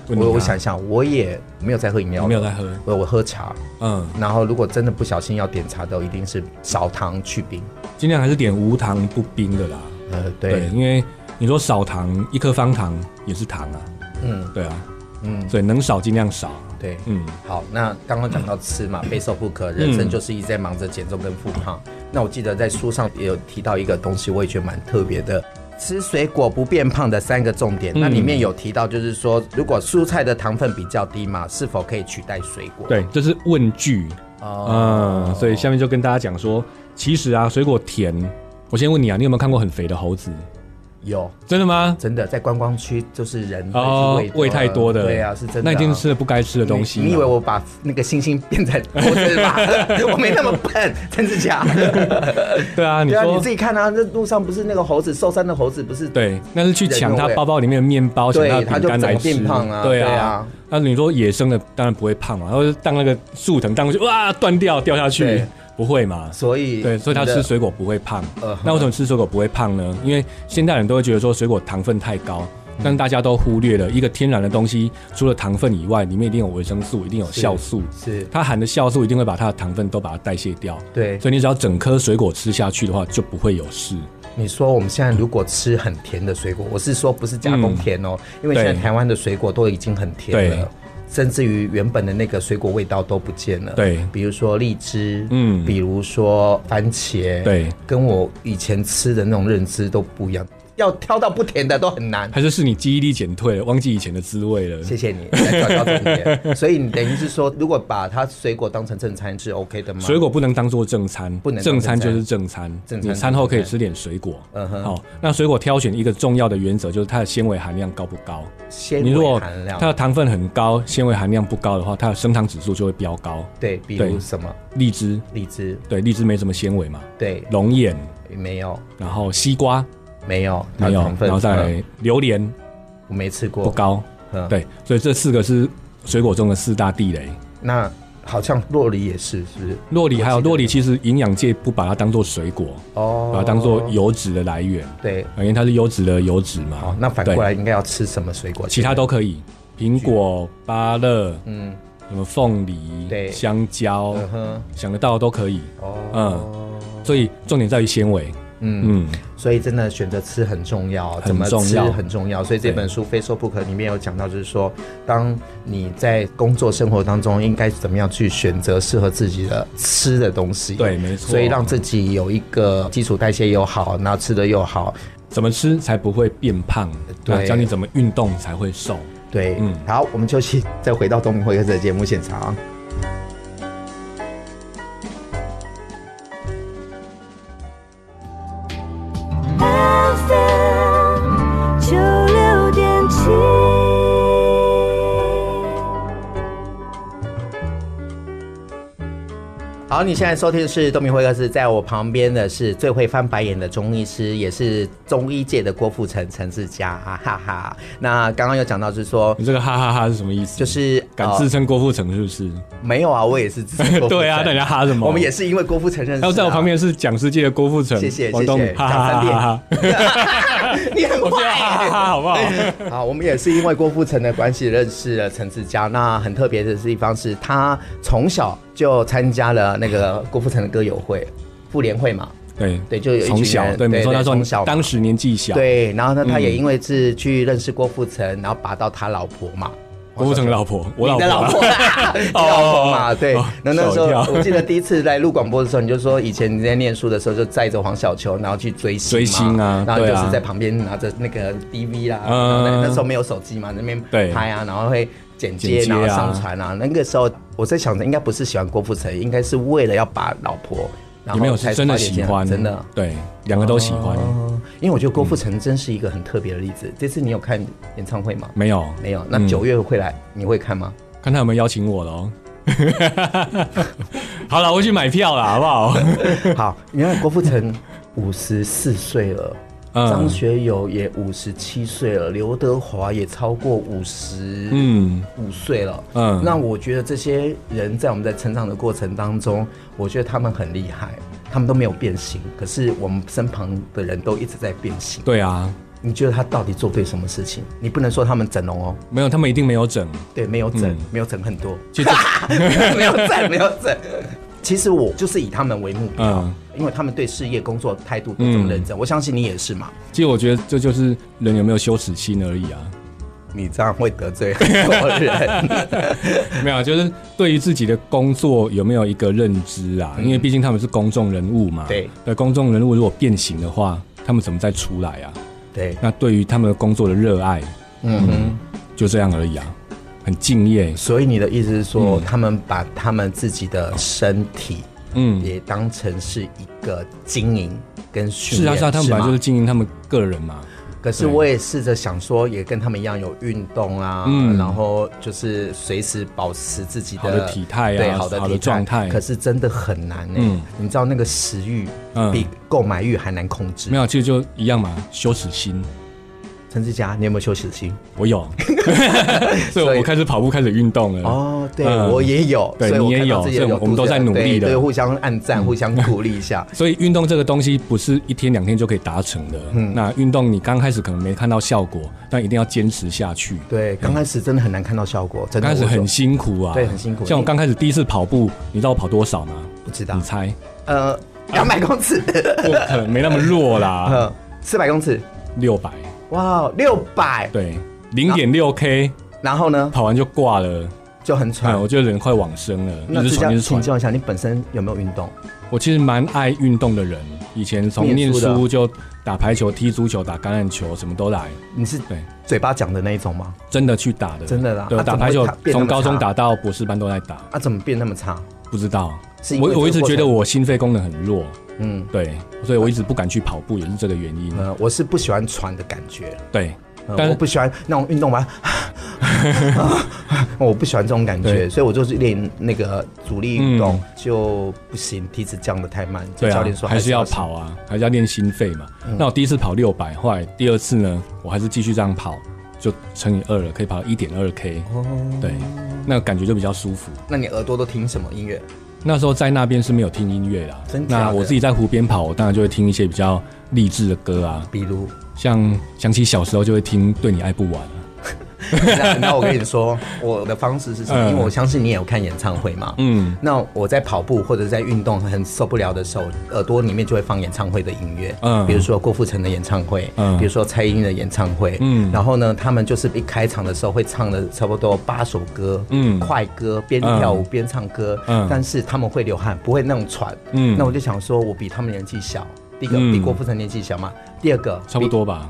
Speaker 3: 问你
Speaker 2: 我我
Speaker 3: 啊
Speaker 2: 想一想，我也没有在喝饮料，
Speaker 3: 你没有在喝
Speaker 2: 我我喝茶，
Speaker 3: 嗯，
Speaker 2: 然后如果真的不小心要点茶的，一定是少糖去冰。
Speaker 3: 尽量还是点无糖不冰的啦。
Speaker 2: 呃，
Speaker 3: 对，
Speaker 2: 对，
Speaker 3: 因为你说少糖，一颗方糖也是糖啊，
Speaker 2: 嗯
Speaker 3: 对啊，
Speaker 2: 嗯，
Speaker 3: 所以能少尽量少。
Speaker 2: 对，
Speaker 3: 嗯，
Speaker 2: 好，那刚刚讲到吃嘛，备受不可，人生就是一直在忙着减重跟复胖。那我记得在书上也有提到一个东西，我也觉得蛮特别的。吃水果不变胖的三个重点，
Speaker 3: 嗯
Speaker 2: 那里面有提到，就是说，如果蔬菜的糖分比较低嘛，是否可以取代水果？，
Speaker 3: 对，这是问句。
Speaker 2: 哦，
Speaker 3: 嗯，所以下面就跟大家讲说，其实啊，水果甜。我先问你啊，你有没有看过很肥的猴子？
Speaker 2: 有
Speaker 3: 真的吗？
Speaker 2: 真的在观光区就是人
Speaker 3: 哦
Speaker 2: 会去，
Speaker 3: 胃太多的，
Speaker 2: 对啊，是真的啊、
Speaker 3: 那一定吃了不该吃的东西嘛啊
Speaker 2: 你。你以为我把那个星星变成 猴子吧？我没那么笨，真是假的？
Speaker 3: 对啊，你
Speaker 2: 对啊，
Speaker 3: 说
Speaker 2: 你自己看啊，这路上不是那个猴子，寿山的猴子不是？
Speaker 3: 对，那是去抢他包包里面的面包，抢
Speaker 2: 对
Speaker 3: 他的饼干来
Speaker 2: 他就
Speaker 3: 吃。
Speaker 2: 整个变胖啊
Speaker 3: 对
Speaker 2: 对
Speaker 3: 啊
Speaker 2: 啊。
Speaker 3: 那你说野生的当然不会胖嘛，然后就当那个树藤当过去，哇，断掉掉下去
Speaker 2: 对，
Speaker 3: 不会嘛？
Speaker 2: 所以
Speaker 3: 对，所以他
Speaker 2: 你的
Speaker 3: 吃水果不会胖
Speaker 2: 呃。
Speaker 3: 那为什么吃水果不会胖呢？因为现代人都会觉得说水果糖分太高。
Speaker 2: 嗯
Speaker 3: 但大家都忽略了一个天然的东西，除了糖分以外，里面一定有维生素，一定有酵素，
Speaker 2: 是
Speaker 3: 它含的酵素一定会把它的糖分都把它代谢掉。
Speaker 2: 对
Speaker 3: 所以你只要整颗水果吃下去的话，就不会有事。
Speaker 2: 你说我们现在如果吃很甜的水果，我是说不是加工甜哦，因为现在
Speaker 3: 对
Speaker 2: 台湾的水果都已经很甜
Speaker 3: 嗯对
Speaker 2: 了。甚至于原本的那个水果味道都不见了，
Speaker 3: 对
Speaker 2: 比如说荔枝，嗯，
Speaker 3: 嗯
Speaker 2: 比如说番茄，
Speaker 3: 对，
Speaker 2: 跟我以前吃的那种认知都不一样，要挑到不甜的都很难。
Speaker 3: 还是是你记忆力减退了，忘记以前的滋味了。
Speaker 2: 谢谢你，来转到重 点。所以你等于是说，如果把它水果当成正餐是 OK 的吗？
Speaker 3: 水果不能当做正餐，
Speaker 2: 不能当
Speaker 3: 正餐
Speaker 2: 正餐
Speaker 3: 就是正餐，
Speaker 2: 正餐
Speaker 3: 你餐后可以吃点水果。
Speaker 2: 嗯哼
Speaker 3: 好、那水果挑选一个重要的原则就是它的纤维含量高不高。
Speaker 2: 纤
Speaker 3: 你如
Speaker 2: 维
Speaker 3: 果
Speaker 2: 含
Speaker 3: 它
Speaker 2: 量，
Speaker 3: 的糖分很高，纤维含量不高的话，它的升糖指数就会飙高。
Speaker 2: 对，比如
Speaker 3: 对
Speaker 2: 什么
Speaker 3: 荔枝，
Speaker 2: 荔枝，
Speaker 3: 对，荔枝没什么纤维嘛。
Speaker 2: 对，
Speaker 3: 龙眼，
Speaker 2: 没有，
Speaker 3: 然后西瓜
Speaker 2: 没有，它
Speaker 3: 没
Speaker 2: 的
Speaker 3: 有
Speaker 2: 糖，分
Speaker 3: 然后再
Speaker 2: 嗯
Speaker 3: 来榴莲
Speaker 2: 我没吃过，
Speaker 3: 不高。
Speaker 2: 嗯，
Speaker 3: 对，所以这四个是水果中的四大地雷。
Speaker 2: 那好像洛梨也是，是不是？
Speaker 3: 洛梨还有
Speaker 2: 我记得
Speaker 3: 洛梨，其实营养界不把它当做水果，
Speaker 2: 哦，
Speaker 3: 把它当做油脂的来源，啊
Speaker 2: 对。
Speaker 3: 因为它是优质的油脂嘛。
Speaker 2: 好，哦那反
Speaker 3: 对
Speaker 2: 过来应该要吃什么水果？
Speaker 3: 其他都可以，苹果、芭乐，嗯，什么凤
Speaker 2: 对
Speaker 3: 梨、香蕉，
Speaker 2: 嗯哼，
Speaker 3: 想得到的都可以。嗯
Speaker 2: 哦，
Speaker 3: 所以重点在于纤维，
Speaker 2: 嗯，
Speaker 3: 嗯，
Speaker 2: 所以真的选择吃很重要，怎么
Speaker 3: 重
Speaker 2: 吃
Speaker 3: 要
Speaker 2: 很重要。所以这
Speaker 3: 对
Speaker 2: 本书《非说不可》里面有讲到，就是说，当你在工作生活当中，应该怎么样去选择适合自己的吃的东西。
Speaker 3: 对，没错。
Speaker 2: 所以让自己有一个基础代谢又好，然后吃的又好，
Speaker 3: 怎么吃才不会变胖，
Speaker 2: 对
Speaker 3: 那教你怎么运动才会瘦。
Speaker 2: 对，嗯
Speaker 3: 嗯，
Speaker 2: 好，我们休息，再回到东明会客室的节目现场。
Speaker 4: FM 九六点七。
Speaker 2: 好，你现在收听的是东明会客室，在我旁边的是最会翻白眼的中医师，也是中医界的郭富城陈志佳，哈哈哈。那刚刚有讲到就是说，
Speaker 3: 你这个哈哈哈是什么意思？
Speaker 2: 就是哦
Speaker 3: 敢自称郭富城是不是？
Speaker 2: 呃没有啊，我也是自己
Speaker 3: 对啊，大家哈什么？
Speaker 2: 我们也是因为郭富城认识、啊。
Speaker 3: 然后哎在我旁，边是讲师界的郭富城，
Speaker 2: 谢谢
Speaker 3: 王东
Speaker 2: 谢谢
Speaker 3: 哈哈哈哈，
Speaker 2: 你很
Speaker 3: 我觉得啊
Speaker 2: 坏
Speaker 3: 哈哈
Speaker 2: 欸
Speaker 3: 哈好不好？
Speaker 2: 好，我们也是因为郭富城的关系认识了陈志佳。那很特别的地方是他从小就参加了那个郭富城的歌友 会、妇联会嘛，
Speaker 3: 对
Speaker 2: 对，就有一群
Speaker 3: 从小
Speaker 2: 人
Speaker 3: 对，没错，那时
Speaker 2: 从小
Speaker 3: 候
Speaker 2: 嘛
Speaker 3: 当时年纪小，
Speaker 2: 对，然后呢，他也
Speaker 3: 嗯
Speaker 2: 因为是去认识郭富城，然后拔到他老婆嘛。
Speaker 3: 郭富城的老婆，我老
Speaker 2: 你的
Speaker 3: 婆
Speaker 2: 老
Speaker 3: 啊，
Speaker 2: 婆， 你老婆嘛，
Speaker 3: 哦
Speaker 2: 对
Speaker 3: 哦。
Speaker 2: 那那时候
Speaker 3: 吓我一跳
Speaker 2: 我记得第一次来录广播的时候，你就说以前你在念书的时候就载着黄小球，然后去追星嘛
Speaker 3: 追星啊
Speaker 2: 然后就
Speaker 3: 对
Speaker 2: 是
Speaker 3: 啊
Speaker 2: 在旁边拿着那个 DV 啦，
Speaker 3: 嗯
Speaker 2: 然后那那时候没有手机嘛，那边
Speaker 3: 对
Speaker 2: 拍啊，然后会。剪接，
Speaker 3: 嗯剪接
Speaker 2: 然
Speaker 3: 啊
Speaker 2: 后上传啊。那个时候我在想着，应该不是喜欢郭富城，应该是为了要把老婆，然后
Speaker 3: 有没有
Speaker 2: 才
Speaker 3: 是真的
Speaker 2: 发现这
Speaker 3: 喜
Speaker 2: 样
Speaker 3: 欢？
Speaker 2: 真的。
Speaker 3: 对，两个都喜欢，
Speaker 2: 哦，因为我觉得郭富城真是一个很特别的例子。这次你有看演唱会吗？
Speaker 3: 没有
Speaker 2: 没有。那
Speaker 3: 嗯
Speaker 2: 九月会来，你会看吗？
Speaker 3: 看他有没有邀请我喽。 好了，我去买票了，好不好？
Speaker 2: 好，你看郭富城五十四岁了，
Speaker 3: 嗯
Speaker 2: 张学友也五十七岁了，刘德华也超过五十
Speaker 3: 嗯
Speaker 2: 五岁了。
Speaker 3: 嗯
Speaker 2: 那我觉得这些人在我们在成长的过程当中，我觉得他们很厉害，他们都没有变形，可是我们身旁的人都一直在变形。
Speaker 3: 对啊，
Speaker 2: 你觉得他到底做对什么事情？你不能说他们整容哦，
Speaker 3: 没有，他们一定没有整。
Speaker 2: 对，没有整，
Speaker 3: 嗯
Speaker 2: 没有整很多，
Speaker 3: 其实，
Speaker 2: 没有整，没有整。其实我就是以他们为目标，
Speaker 3: 嗯，
Speaker 2: 因为他们对事业、工作态度都这么认真，我相信你也是嘛。
Speaker 3: 其实我觉得这就是人有没有羞耻心而已啊。
Speaker 2: 你这样会得罪很多人。
Speaker 3: 没有，就是对于自己的工作有没有一个认知啊？因为毕竟他们是公众人物嘛。
Speaker 2: 嗯对。
Speaker 3: 对，公众人物如果变形的话，他们怎么再出来啊？
Speaker 2: 对，
Speaker 3: 那对于他们的工作的热爱，
Speaker 2: 嗯哼。
Speaker 3: 就这样而已啊，很敬业。
Speaker 2: 所以你的意思是说，
Speaker 3: 嗯
Speaker 2: 他们把他们自己的身体
Speaker 3: 嗯，
Speaker 2: 也当成是一个经营跟训
Speaker 3: 是啊
Speaker 2: 练，
Speaker 3: 是啊，他们本来
Speaker 2: 吗
Speaker 3: 就是经营他们个人嘛。
Speaker 2: 可是我也试着想说，也跟他们一样有运动啊，
Speaker 3: 嗯
Speaker 2: 然后就是随时保持自己的
Speaker 3: 好的体态啊
Speaker 2: 对，好的
Speaker 3: 好的
Speaker 2: 体态
Speaker 3: 状态
Speaker 2: 可是真的很难呢、
Speaker 3: 嗯
Speaker 2: 你知道那个食欲
Speaker 3: 嗯
Speaker 2: 比购买欲还难控制。
Speaker 3: 没有，其实就一样嘛，羞耻心。
Speaker 2: 陈志佳，你有没有羞耻心？
Speaker 3: 我有，所以我开始跑步，开始运动了。
Speaker 2: 哦，对、
Speaker 3: 嗯
Speaker 2: 我也有，
Speaker 3: 对
Speaker 2: 所以我
Speaker 3: 你也
Speaker 2: 看到
Speaker 3: 有
Speaker 2: 自己
Speaker 3: 所以
Speaker 2: 有
Speaker 3: 我们
Speaker 2: 肚子
Speaker 3: 都在努力的嗯
Speaker 2: 对，对互相暗赞，互相鼓励一 下。
Speaker 3: 所以运动这个东西不是一天两天就可以达成的。
Speaker 2: 嗯
Speaker 3: 那运动你刚开始可能没看到效果，但一定要坚持下去。
Speaker 2: 对，刚开始真的很难看到效果，真的
Speaker 3: 刚开始
Speaker 2: 我有
Speaker 3: 很辛苦啊，
Speaker 2: 对很辛苦啊
Speaker 3: 像我刚开始第一次跑步，你知道我跑多少吗？
Speaker 2: 不知道
Speaker 3: 你，猜？
Speaker 2: 呃，两百公尺，
Speaker 3: 不可能没那么弱啦，
Speaker 2: 呃，四百公尺，
Speaker 3: 六百，
Speaker 2: 哇，六百，
Speaker 3: 对，零点六 K
Speaker 2: 然后呢
Speaker 3: 跑完就挂了，
Speaker 2: 就很
Speaker 3: 哎，
Speaker 2: 喘。
Speaker 3: 我觉得人快往生了，
Speaker 2: 那
Speaker 3: 一直
Speaker 2: 这
Speaker 3: 喘
Speaker 2: 样
Speaker 3: 一直
Speaker 2: 请
Speaker 3: 喘。
Speaker 2: 教一下，你本身有没有运动？
Speaker 3: 我其实蛮爱运动的人，以前从
Speaker 2: 念
Speaker 3: 念
Speaker 2: 书的啊
Speaker 3: 书就打排球、踢足球、打橄榄球，什么都来，
Speaker 2: 你是
Speaker 3: 对，
Speaker 2: 嘴巴讲的那一种吗？
Speaker 3: 真的去打的，
Speaker 2: 真的啦
Speaker 3: 对，
Speaker 2: 啊怎
Speaker 3: 打
Speaker 2: 么
Speaker 3: 排
Speaker 2: 会
Speaker 3: 球
Speaker 2: 打变那么
Speaker 3: 从高中
Speaker 2: 差
Speaker 3: 打到博士班都在打，
Speaker 2: 啊，怎么变那么差？
Speaker 3: 不知道
Speaker 2: 是因为
Speaker 3: 我我一
Speaker 2: 这
Speaker 3: 直
Speaker 2: 个过
Speaker 3: 觉得
Speaker 2: 程
Speaker 3: 我心肺功能很弱，
Speaker 2: 嗯，
Speaker 3: 对，所以我一直不敢去跑步，也是这个原因，
Speaker 2: 呃，我是不喜欢喘的感觉，
Speaker 3: 对。
Speaker 2: 呃
Speaker 3: 但
Speaker 2: 我不喜欢那种运动完， 我不喜欢这种感觉，
Speaker 3: 对
Speaker 2: 所以我就是练那个阻力运动
Speaker 3: 嗯
Speaker 2: 就不行，体脂降的太慢，就
Speaker 3: 对
Speaker 2: 教
Speaker 3: 啊
Speaker 2: 练，说
Speaker 3: 还是要
Speaker 2: 行
Speaker 3: 跑。
Speaker 2: 嗯
Speaker 3: 啊，还是要练心肺嘛。那我第一次跑六百，后来第二次呢，我还是继续这样跑，就乘以二了，可以跑到一点二 K，
Speaker 2: 哦，
Speaker 3: 对，那感觉就比较舒服。
Speaker 2: 那你耳朵都听什么音乐？
Speaker 3: 那时候在那边是没有听音乐啦
Speaker 2: 真，假的
Speaker 3: 那我自己在湖边跑，我当然就会听一些比较励志的歌啊，
Speaker 2: 比 如，
Speaker 3: 像想起小时候就会听《对你爱不完》啊，
Speaker 2: 那那我跟你说，我的方式是什么？
Speaker 3: 嗯
Speaker 2: 因为我相信你也有看演唱会嘛。
Speaker 3: 嗯，
Speaker 2: 那我在跑步或者在运动很受不了的时候，耳朵里面就会放演唱会的音乐，
Speaker 3: 嗯
Speaker 2: 比如说郭富城的演唱会，
Speaker 3: 嗯
Speaker 2: 比如说蔡依林的演唱会，
Speaker 3: 嗯
Speaker 2: 然后呢，他们就是一开场的时候会唱的差不多八首歌，
Speaker 3: 嗯
Speaker 2: 快歌，边跳舞
Speaker 3: 嗯
Speaker 2: 边唱歌，
Speaker 3: 嗯
Speaker 2: 但是他们会流汗，不会那种喘，
Speaker 3: 嗯
Speaker 2: 那我就想说，我比他们年纪小，第一个、
Speaker 3: 嗯
Speaker 2: 比郭富城年纪小嘛，第二个
Speaker 3: 差不
Speaker 2: 比
Speaker 3: 多吧，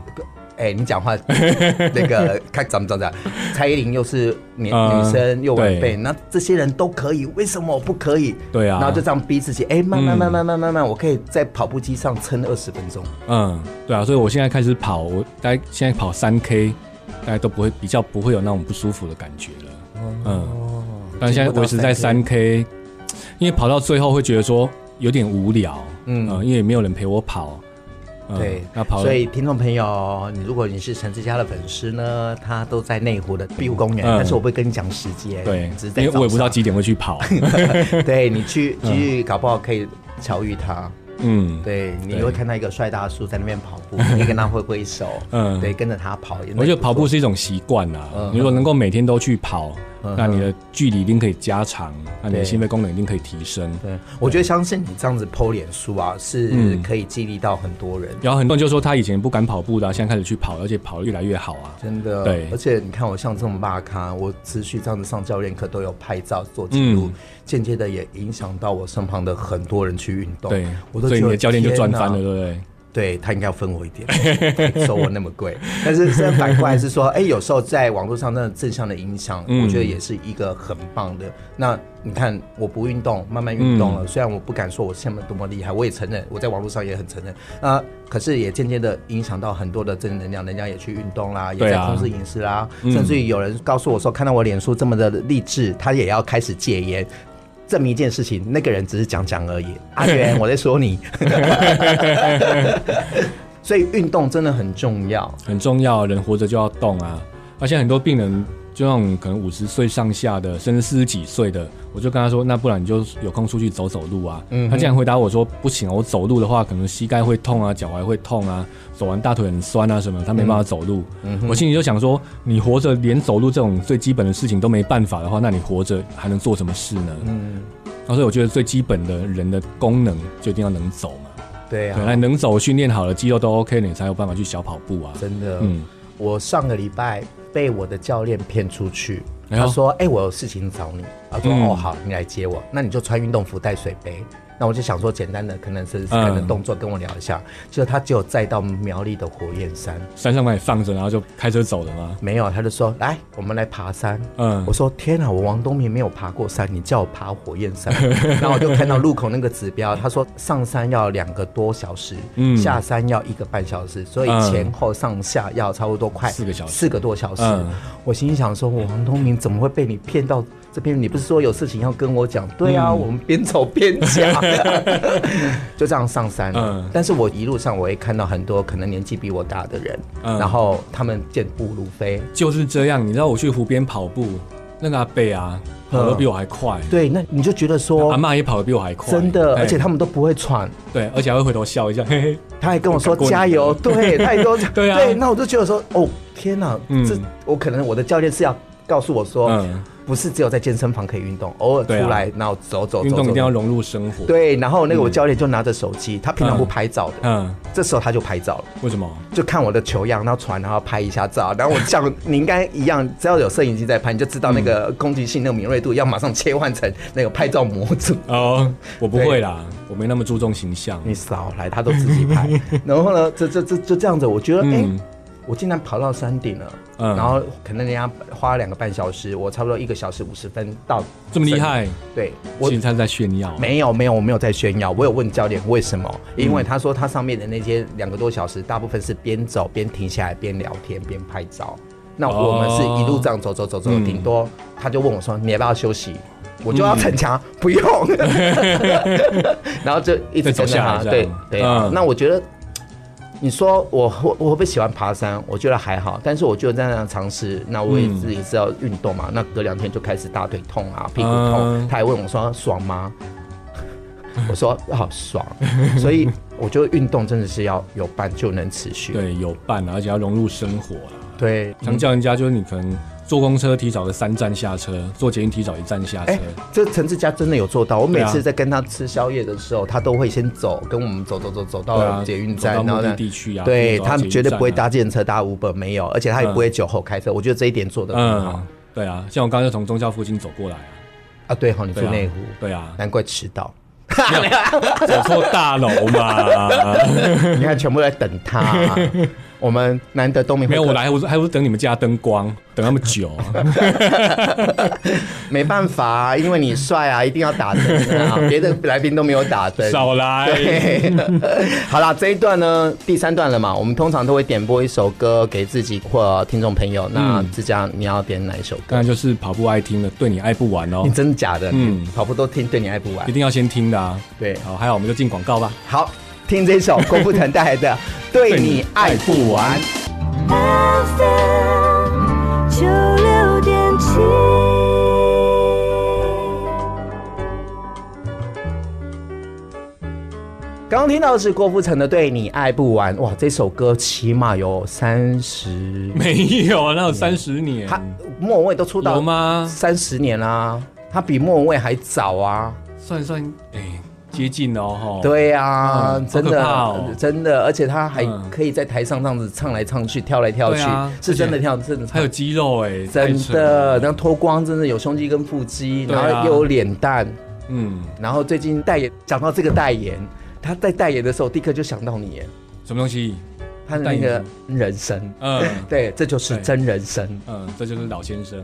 Speaker 2: 哎、你讲 话那个看怎么怎么讲，蔡依林又是年、
Speaker 3: 嗯
Speaker 2: 女生又晚辈，
Speaker 3: 对
Speaker 2: 那这些人都可以，为什么我不可以？
Speaker 3: 对啊
Speaker 2: 然后就这样逼自己，哎、慢慢
Speaker 3: 嗯
Speaker 2: 慢慢慢慢慢，我可以在跑步机上撑二十分钟。
Speaker 3: 嗯，对啊，所以我现在开始跑，我大概现在跑三 K，大概都不会比较不会有那种不舒服的感觉了。
Speaker 2: 哦
Speaker 3: 嗯，但现在维持在三 K，因为跑到最后会觉得说有点无聊，
Speaker 2: 嗯
Speaker 3: 嗯，因为没有人陪我跑。嗯
Speaker 2: 对，
Speaker 3: 那跑
Speaker 2: 所以听众朋友，你如果你是陈志佳的粉丝呢，他都在内湖的庇护公园，
Speaker 3: 嗯
Speaker 2: 但是我不会跟你讲时间，
Speaker 3: 对
Speaker 2: 只是，在
Speaker 3: 因为我也不知道
Speaker 2: 早
Speaker 3: 几点嗯会 去跑。
Speaker 2: 上，对你去去搞不好可以巧遇他，
Speaker 3: 嗯，
Speaker 2: 对，你
Speaker 3: 对
Speaker 2: 会看到一个帅大叔在那边跑步， 你可以跟他挥挥手，
Speaker 3: 嗯
Speaker 2: 对，跟着他跑，也
Speaker 3: 我觉得
Speaker 2: 不
Speaker 3: 跑
Speaker 2: 错
Speaker 3: 步是一种习惯啦
Speaker 2: 嗯。
Speaker 3: 你如果能够每天都去跑，
Speaker 2: 嗯
Speaker 3: 那你的距离一定可以加长，那你
Speaker 2: 对
Speaker 3: 的心肺功能一定可以提升。
Speaker 2: 对，我觉得相信你这样子剖脸书啊，是
Speaker 3: 嗯
Speaker 2: 可以激励到很多人，
Speaker 3: 然后很多人就说他以前不敢跑步的啊、现在开始去跑，而且跑得越来越好啊。
Speaker 2: 真的。
Speaker 3: 对
Speaker 2: 而且你看我像这种大咖，我持续这样子上教练课都有拍照做记录
Speaker 3: 嗯，
Speaker 2: 间、接的也影响到我身旁的很多人去运动。
Speaker 3: 对，
Speaker 2: 我都
Speaker 3: 所以
Speaker 2: 觉
Speaker 3: 你
Speaker 2: 得
Speaker 3: 的教练就赚翻了，
Speaker 2: 天啊
Speaker 3: 对
Speaker 2: 哪
Speaker 3: 不对？
Speaker 2: 对他应该要分我一点，收我那么贵。 但是现在反过来是说，哎、有时候在网络上那种正向的影响，
Speaker 3: 嗯
Speaker 2: 我觉得也是一个很棒的。那你看，我不运动，慢慢运动了，虽然我不敢说我现在多么厉害，我也承认我在网络上也很承认。那、可是也渐渐的影响到很多的正能量，人家也去运动啦，也
Speaker 3: 对
Speaker 2: 在
Speaker 3: 啊
Speaker 2: 控制饮食啦，
Speaker 3: 嗯
Speaker 2: 甚至于有人告诉我说，看到我脸书这么的励志，他也要开始戒烟。证明一件事情，那个人只是讲讲而已。 阿元，我在说你。所以运动真的很重要。
Speaker 3: 很重要，人活着就要动啊。而且很多病人，就那种可能五十岁上下的，甚至四十几岁的，我就跟他说，那不然你就有空出去走走路啊。
Speaker 2: 嗯哼
Speaker 3: 他竟然回答我说，不行啊，我走路的话，可能膝盖会痛啊，脚踝会痛啊，走完大腿很酸啊什么，他没办法走路。
Speaker 2: 嗯
Speaker 3: 我心里就想说，你活着连走路这种最基本的事情都没办法的话，那你活着还能做什么事呢？
Speaker 2: 嗯，
Speaker 3: 然后所以我觉得最基本的人的功能就一定要能走嘛。
Speaker 2: 对
Speaker 3: 对，那
Speaker 2: 啊，
Speaker 3: 能走训练好了，肌肉都 OK，你才有办法去小跑步啊。
Speaker 2: 真的。
Speaker 3: 嗯
Speaker 2: 我上个礼拜被我的教练骗出去，
Speaker 3: 哎呦
Speaker 2: 他说：“哎、我有事情找你。”他说：“
Speaker 3: 嗯
Speaker 2: 哦，好，你来接我，那你就穿运动服带水杯。”那我就想说，简单的可能是
Speaker 3: 嗯
Speaker 2: 可能动作跟我聊一下，结果他只有载到苗栗的火焰山，
Speaker 3: 山上把你放着，然后就开车走了吗？
Speaker 2: 没有，他就说来，我们来爬山。
Speaker 3: 嗯
Speaker 2: 我说天啊，我王东明没有爬过山，你叫我爬火焰 山，然后我就看到路口那个指标，他说上山要两个多小时，
Speaker 3: 嗯
Speaker 2: 下山要一个半小时，所以
Speaker 3: 嗯
Speaker 2: 前后上下要差不多快
Speaker 3: 四个小时
Speaker 2: 四个多小时。
Speaker 3: 嗯
Speaker 2: 我心里想说，我王东明怎么会被你骗到？这边你不是说有事情要跟我讲？对啊，
Speaker 3: 嗯
Speaker 2: 我们边走边讲， 就这样上山了。
Speaker 3: 嗯
Speaker 2: 但是我一路上我会看到很多可能年纪比我大的人，
Speaker 3: 嗯
Speaker 2: 然后他们健步如飞，
Speaker 3: 就是这样。你知道我去湖边跑步，那个阿贝啊，跑得比我还快。
Speaker 2: 嗯对，那你就觉得说
Speaker 3: 啊阿妈也跑得比我还快，
Speaker 2: 真的，
Speaker 3: 哎
Speaker 2: 而且他们都不会喘，
Speaker 3: 对，而且还会回头笑一下，嘿嘿。
Speaker 2: 他还跟我说
Speaker 3: 赶过你
Speaker 2: 加油，对，他也跟我讲，
Speaker 3: 对啊
Speaker 2: 那我就觉得说，哦，天哪，
Speaker 3: 嗯
Speaker 2: 这我可能我的教练是要告诉我说，
Speaker 3: 嗯
Speaker 2: 不是只有在健身房可以运动，偶尔出
Speaker 3: 对啊
Speaker 2: 来，然后走走
Speaker 3: 运
Speaker 2: 走
Speaker 3: 动一
Speaker 2: 走
Speaker 3: 定要融入生活。，
Speaker 2: 对，然后那个我教练就拿着手机，他平常不拍照的，
Speaker 3: 嗯，
Speaker 2: 这时候他就拍照了，
Speaker 3: 为什么？
Speaker 2: 就看我的球样，然后传，然后拍一下照，然后我像你应该一样，只要有摄影机在拍，你就知道那个攻击性、那个敏锐度要马上切换成那个拍照模组。
Speaker 3: 哦，我不会啦，我没那么注重形象。
Speaker 2: 你少来，他都自己拍。 然后呢，这这这就这样子，我觉得哎、
Speaker 3: 嗯
Speaker 2: 我竟然跑到山顶了，
Speaker 3: 嗯
Speaker 2: 然后可能人家花两个半小时，我差不多一个小时五十分到。
Speaker 3: 这么厉？害，
Speaker 2: 对，我
Speaker 3: 其实他在炫耀。啊
Speaker 2: 没有没有，我没有在炫耀，我有问教练为什么，
Speaker 3: 嗯
Speaker 2: 因为他说他上面的那些两个多小时，大部分是边走边停下来边聊天边拍照。那我们是一路这样走走走走，
Speaker 3: 嗯
Speaker 2: 顶多他就问我说你要不要休息？我就要逞
Speaker 3: 嗯
Speaker 2: 强，不用， 然后就一直
Speaker 3: 再走
Speaker 2: 跟着
Speaker 3: 下来
Speaker 2: 他，
Speaker 3: 这
Speaker 2: 对
Speaker 3: 样
Speaker 2: 对啊。
Speaker 3: 嗯
Speaker 2: 那我觉得你说我我我会不会喜欢爬山？我觉得还好，但是我觉得在那样尝试，那我也
Speaker 3: 嗯
Speaker 2: 自己是要运动嘛。那隔两天就开始大腿痛啊，屁股痛。
Speaker 3: 嗯
Speaker 2: 他还问我说爽吗？我 说好、爽，所以我觉得运动真的是要有伴就能持续。
Speaker 3: 对，有伴啊，而且要融入生活啊。
Speaker 2: 对，
Speaker 3: 常叫人家就是你可能坐公车提早个三站下车，坐捷运提早一站下车。
Speaker 2: 哎，这陈志佳真的有做到。我每
Speaker 3: 对啊
Speaker 2: 次在跟他吃宵夜的时候，他都会先走，跟我们走走走走
Speaker 3: 对
Speaker 2: 到
Speaker 3: 啊
Speaker 2: 捷运站，
Speaker 3: 走到
Speaker 2: 然后
Speaker 3: 目的
Speaker 2: 呢
Speaker 3: 地区啊
Speaker 2: 对
Speaker 3: 走到
Speaker 2: 他
Speaker 3: 捷运
Speaker 2: 绝对不会
Speaker 3: 站
Speaker 2: 搭
Speaker 3: 啊
Speaker 2: 建车搭 Uber，没有，而且他也不会酒后开车。我觉得这一点做的很好
Speaker 3: 嗯，对啊，像我刚刚就从中校附近走过来啊。
Speaker 2: 啊。对哈，你住
Speaker 3: 对啊
Speaker 2: 内湖，
Speaker 3: 对啊，
Speaker 2: 难怪迟到。
Speaker 3: 走错大楼嘛。
Speaker 2: 你看，全部在等他、 我们难得东明
Speaker 3: 没有，我
Speaker 2: 来，
Speaker 3: 来，我是还不是等你们家灯光，等那么久、啊。
Speaker 2: 没办法、啊，因为你帅啊，一定要打灯啊， 别的来宾都没有打灯。
Speaker 3: 少来。
Speaker 2: 对， 好啦，这一段呢，第三段了嘛，我们通常都会点播一首歌给自己或听众朋友。那
Speaker 3: 嗯
Speaker 2: 志佳，你要点哪一首歌？
Speaker 3: 当然就是跑步爱听的，对你爱不完哦
Speaker 2: 你，真的假的？嗯
Speaker 3: 嗯，
Speaker 2: 跑步都听，对你爱不完
Speaker 3: 一。定要先听的啊。
Speaker 2: 对
Speaker 3: 好，还好我们就进 广告吧。
Speaker 2: 好，听这首郭富城带来的《对你爱不完》。
Speaker 4: FM 九六点七。
Speaker 2: 刚刚听到的是郭富城的《对你爱不完》，哇，这首歌起码有三十，
Speaker 3: 没有，那有三十年，
Speaker 2: 他莫文蔚都出道
Speaker 3: 有吗？
Speaker 2: 三十年啦、他比莫文蔚还早啊。
Speaker 3: 算算，哎、接近了哦。吼，
Speaker 2: 对啊，
Speaker 3: 嗯
Speaker 2: 真
Speaker 3: 好可
Speaker 2: 的、
Speaker 3: 怕哦
Speaker 2: 真的，而且他还
Speaker 3: 嗯
Speaker 2: 可以在台上这样子唱来唱去、跳来跳去，
Speaker 3: 对啊
Speaker 2: 是真的
Speaker 3: 而且
Speaker 2: 跳，真的
Speaker 3: 还
Speaker 2: 唱
Speaker 3: 有。肌肉哎、太
Speaker 2: 真
Speaker 3: 扯
Speaker 2: 的，
Speaker 3: 了，
Speaker 2: 然后脱光，真的有胸肌跟腹肌，
Speaker 3: 对啊
Speaker 2: 然后又有脸蛋，
Speaker 3: 嗯，
Speaker 2: 然后最近代言，讲到这个代言，他在代言的时候，立刻就想到你耶，
Speaker 3: 什么东西？
Speaker 2: 他的
Speaker 3: 代
Speaker 2: 那
Speaker 3: 言
Speaker 2: 个
Speaker 3: 什么
Speaker 2: 人生，
Speaker 3: 嗯
Speaker 2: 对，这就是
Speaker 3: 对
Speaker 2: 真人生。
Speaker 3: 嗯，这就是老先生，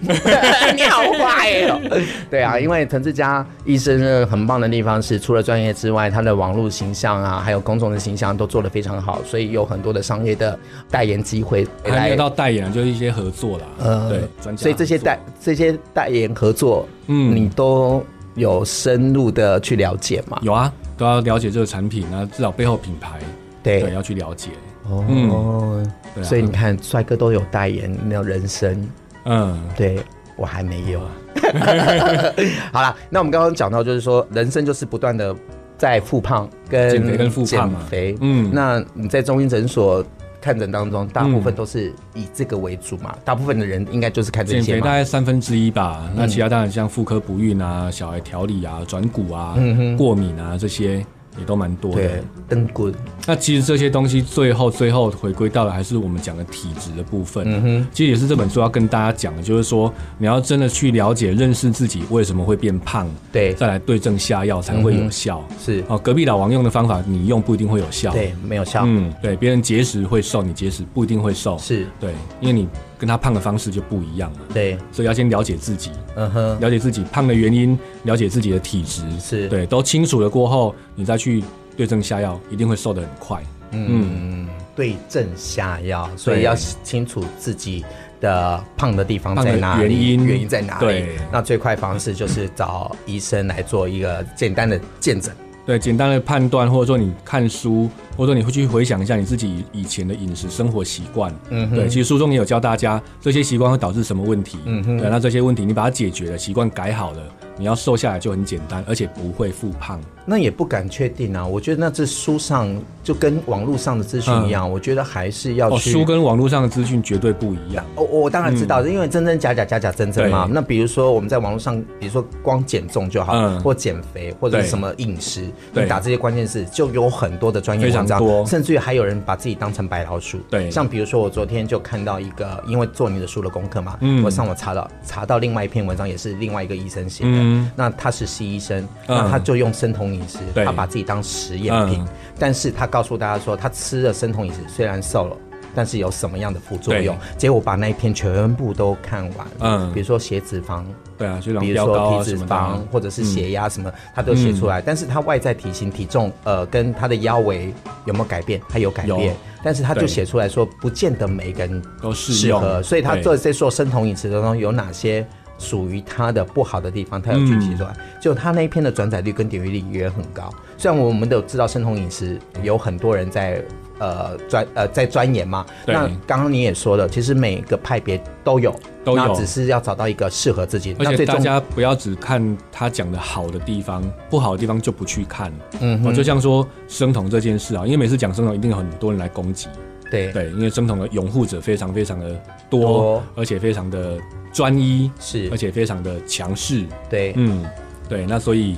Speaker 2: 你好坏哦！ 对啊，因为陈志佳医生呢，很棒的地方是，除了专业之外，他的网络形象啊，还有公众的形象都做得非常好，所以有很多的商业的代言机会
Speaker 3: 还没
Speaker 2: 来
Speaker 3: 有。到代言，就是一些合作啦。
Speaker 2: 呃
Speaker 3: 对，专家。
Speaker 2: 所以这些代，这些代言合作，
Speaker 3: 嗯
Speaker 2: 你都有深入的去了解嘛？
Speaker 3: 有啊，都要了解这个产品啊，至少背后品牌，
Speaker 2: 对，
Speaker 3: 对，要去了解。
Speaker 2: 哦。
Speaker 3: 对啊
Speaker 2: 所以你看，帅哥都有代言，没有人生，
Speaker 3: 嗯，
Speaker 2: 对我还没有。
Speaker 3: 啊
Speaker 2: 好啦，那我们刚刚讲到，就是说人生就是不断的在复胖跟
Speaker 3: 减肥跟复胖嘛
Speaker 2: 减肥。嗯
Speaker 3: 嗯，
Speaker 2: 那你在中医诊所看诊当中，大部分都是以这个为主嘛，大部分的人应该就是看这
Speaker 3: 减
Speaker 2: 些
Speaker 3: 肥大
Speaker 2: 嘛。
Speaker 3: 概三分之一吧，那其他当然像妇科不孕啊、小孩调理啊、转骨啊、过敏啊这些也都蛮多
Speaker 2: 对
Speaker 3: 的。，
Speaker 2: 灯滚，
Speaker 3: 那其实这些东西最后最后回归到的还是我们讲的体质的部分。嗯哼，其实也是这本书要跟大家讲的，就是说你要真的去了解、认识自己为什么会变胖，
Speaker 2: 对
Speaker 3: 再来对症下药才会有效。
Speaker 2: 是，
Speaker 3: 哦，隔壁老王用的方法你用不一定会有效。
Speaker 2: 对，没有效，
Speaker 3: 嗯，对，别人节食会瘦，你节食不一定会瘦。
Speaker 2: 是，
Speaker 3: 对，因为你跟他胖的方式就不一样了。
Speaker 2: 对，
Speaker 3: 所以要先了解自己，呃
Speaker 2: 嗯哼，
Speaker 3: 了解自己胖的原因，了解自己的体质，
Speaker 2: 是
Speaker 3: 对，都清楚了过后，你再去对症下药，一定会瘦得很快。嗯，
Speaker 2: 对症下药，所以
Speaker 3: 对
Speaker 2: 要清楚自己的胖的地方
Speaker 3: 胖的
Speaker 2: 在哪里，
Speaker 3: 原因
Speaker 2: 原因在哪里
Speaker 3: 对。
Speaker 2: 那最快方式就是找医生来做一个简单的见诊。
Speaker 3: 对，简单的判断，或者说你看书，或者说你会去回想一下你自己以前的饮食生活习惯。嗯，对，其实书中也有教大家这些习惯会导致什么问题。嗯对，那这些问题你把它解决了，习惯改好了，你要瘦下来就很简单，而且不会复胖。
Speaker 2: 那也不敢确定啊，我觉得那这书上就跟网络上的资讯一样，我觉得还是要
Speaker 3: 嗯哦，
Speaker 2: 去。
Speaker 3: 书跟网络上的资讯绝对不一样。
Speaker 2: 哦，我当然知道，因为真真假假，假假真真嘛。
Speaker 3: 嗯对
Speaker 2: 那比如说我们在网络上，比如说光减重就好，
Speaker 3: 嗯
Speaker 2: 或减肥，或者是
Speaker 3: 对
Speaker 2: 什么饮食，
Speaker 3: 对
Speaker 2: 你打这些关键字，就有很多的专业
Speaker 3: 非常
Speaker 2: 文章，
Speaker 3: 多
Speaker 2: 甚至于还有人把自己当成白老鼠。
Speaker 3: 对
Speaker 2: 像比如说我昨天就看到一个，因为做你的书的功课嘛，
Speaker 3: 嗯
Speaker 2: 我上网查到查到另外一篇文章，也是另外一个医生写的，
Speaker 3: 嗯
Speaker 2: 那他是西医生，
Speaker 3: 嗯
Speaker 2: 那他就用生酮饮食，
Speaker 3: 对
Speaker 2: 他把自己当实验品，
Speaker 3: 嗯
Speaker 2: 但是他告诉大家说，他吃了生酮饮食虽然瘦了。但是有什么样的副作用？结果把那一篇全部都看完，嗯，
Speaker 3: 嗯
Speaker 2: 比如说血脂肪，
Speaker 3: 对啊，就
Speaker 2: 比
Speaker 3: 量
Speaker 2: 如
Speaker 3: 标高
Speaker 2: 说
Speaker 3: 啊
Speaker 2: 体
Speaker 3: 什
Speaker 2: 脂
Speaker 3: 么的
Speaker 2: 肪
Speaker 3: 嗯啊。
Speaker 2: 或者是血压什么，他都写出来。但是他外在体型、体重，呃，跟他的腰围有没有改变？他有改变
Speaker 3: 有，
Speaker 2: 但是他就
Speaker 3: 对
Speaker 2: 写出来说，不见得每个人
Speaker 3: 都适
Speaker 2: 适合。
Speaker 3: 用
Speaker 2: 所以他
Speaker 3: 对
Speaker 2: 做在做生酮饮食当中有哪些属于它的不好的地方，它有去
Speaker 3: 嗯
Speaker 2: 洗出来。啊就它那一篇的转载率跟点阅率也很高。虽然我们都知道生酮饮食有很多人在呃钻呃在钻研嘛，
Speaker 3: 对
Speaker 2: 那刚刚你也说了，其实每个派别都有，
Speaker 3: 都有
Speaker 2: 那只是要找到一个适合自己。
Speaker 3: 而
Speaker 2: 那
Speaker 3: 且
Speaker 2: 最
Speaker 3: 大
Speaker 2: 重
Speaker 3: 家不要只看他讲的好的地方，不好的地方就不去看。
Speaker 2: 嗯
Speaker 3: 哦，
Speaker 2: 哼，
Speaker 3: 就像说生酮这件事啊，因为每次讲生酮，一定有很多人来攻击。
Speaker 2: 对
Speaker 3: 对，因为生酮的拥护者非常非常的多，
Speaker 2: 多
Speaker 3: 而且非常的专一，
Speaker 2: 是
Speaker 3: 而，且非常的强势。
Speaker 2: 对
Speaker 3: 嗯，对，那所以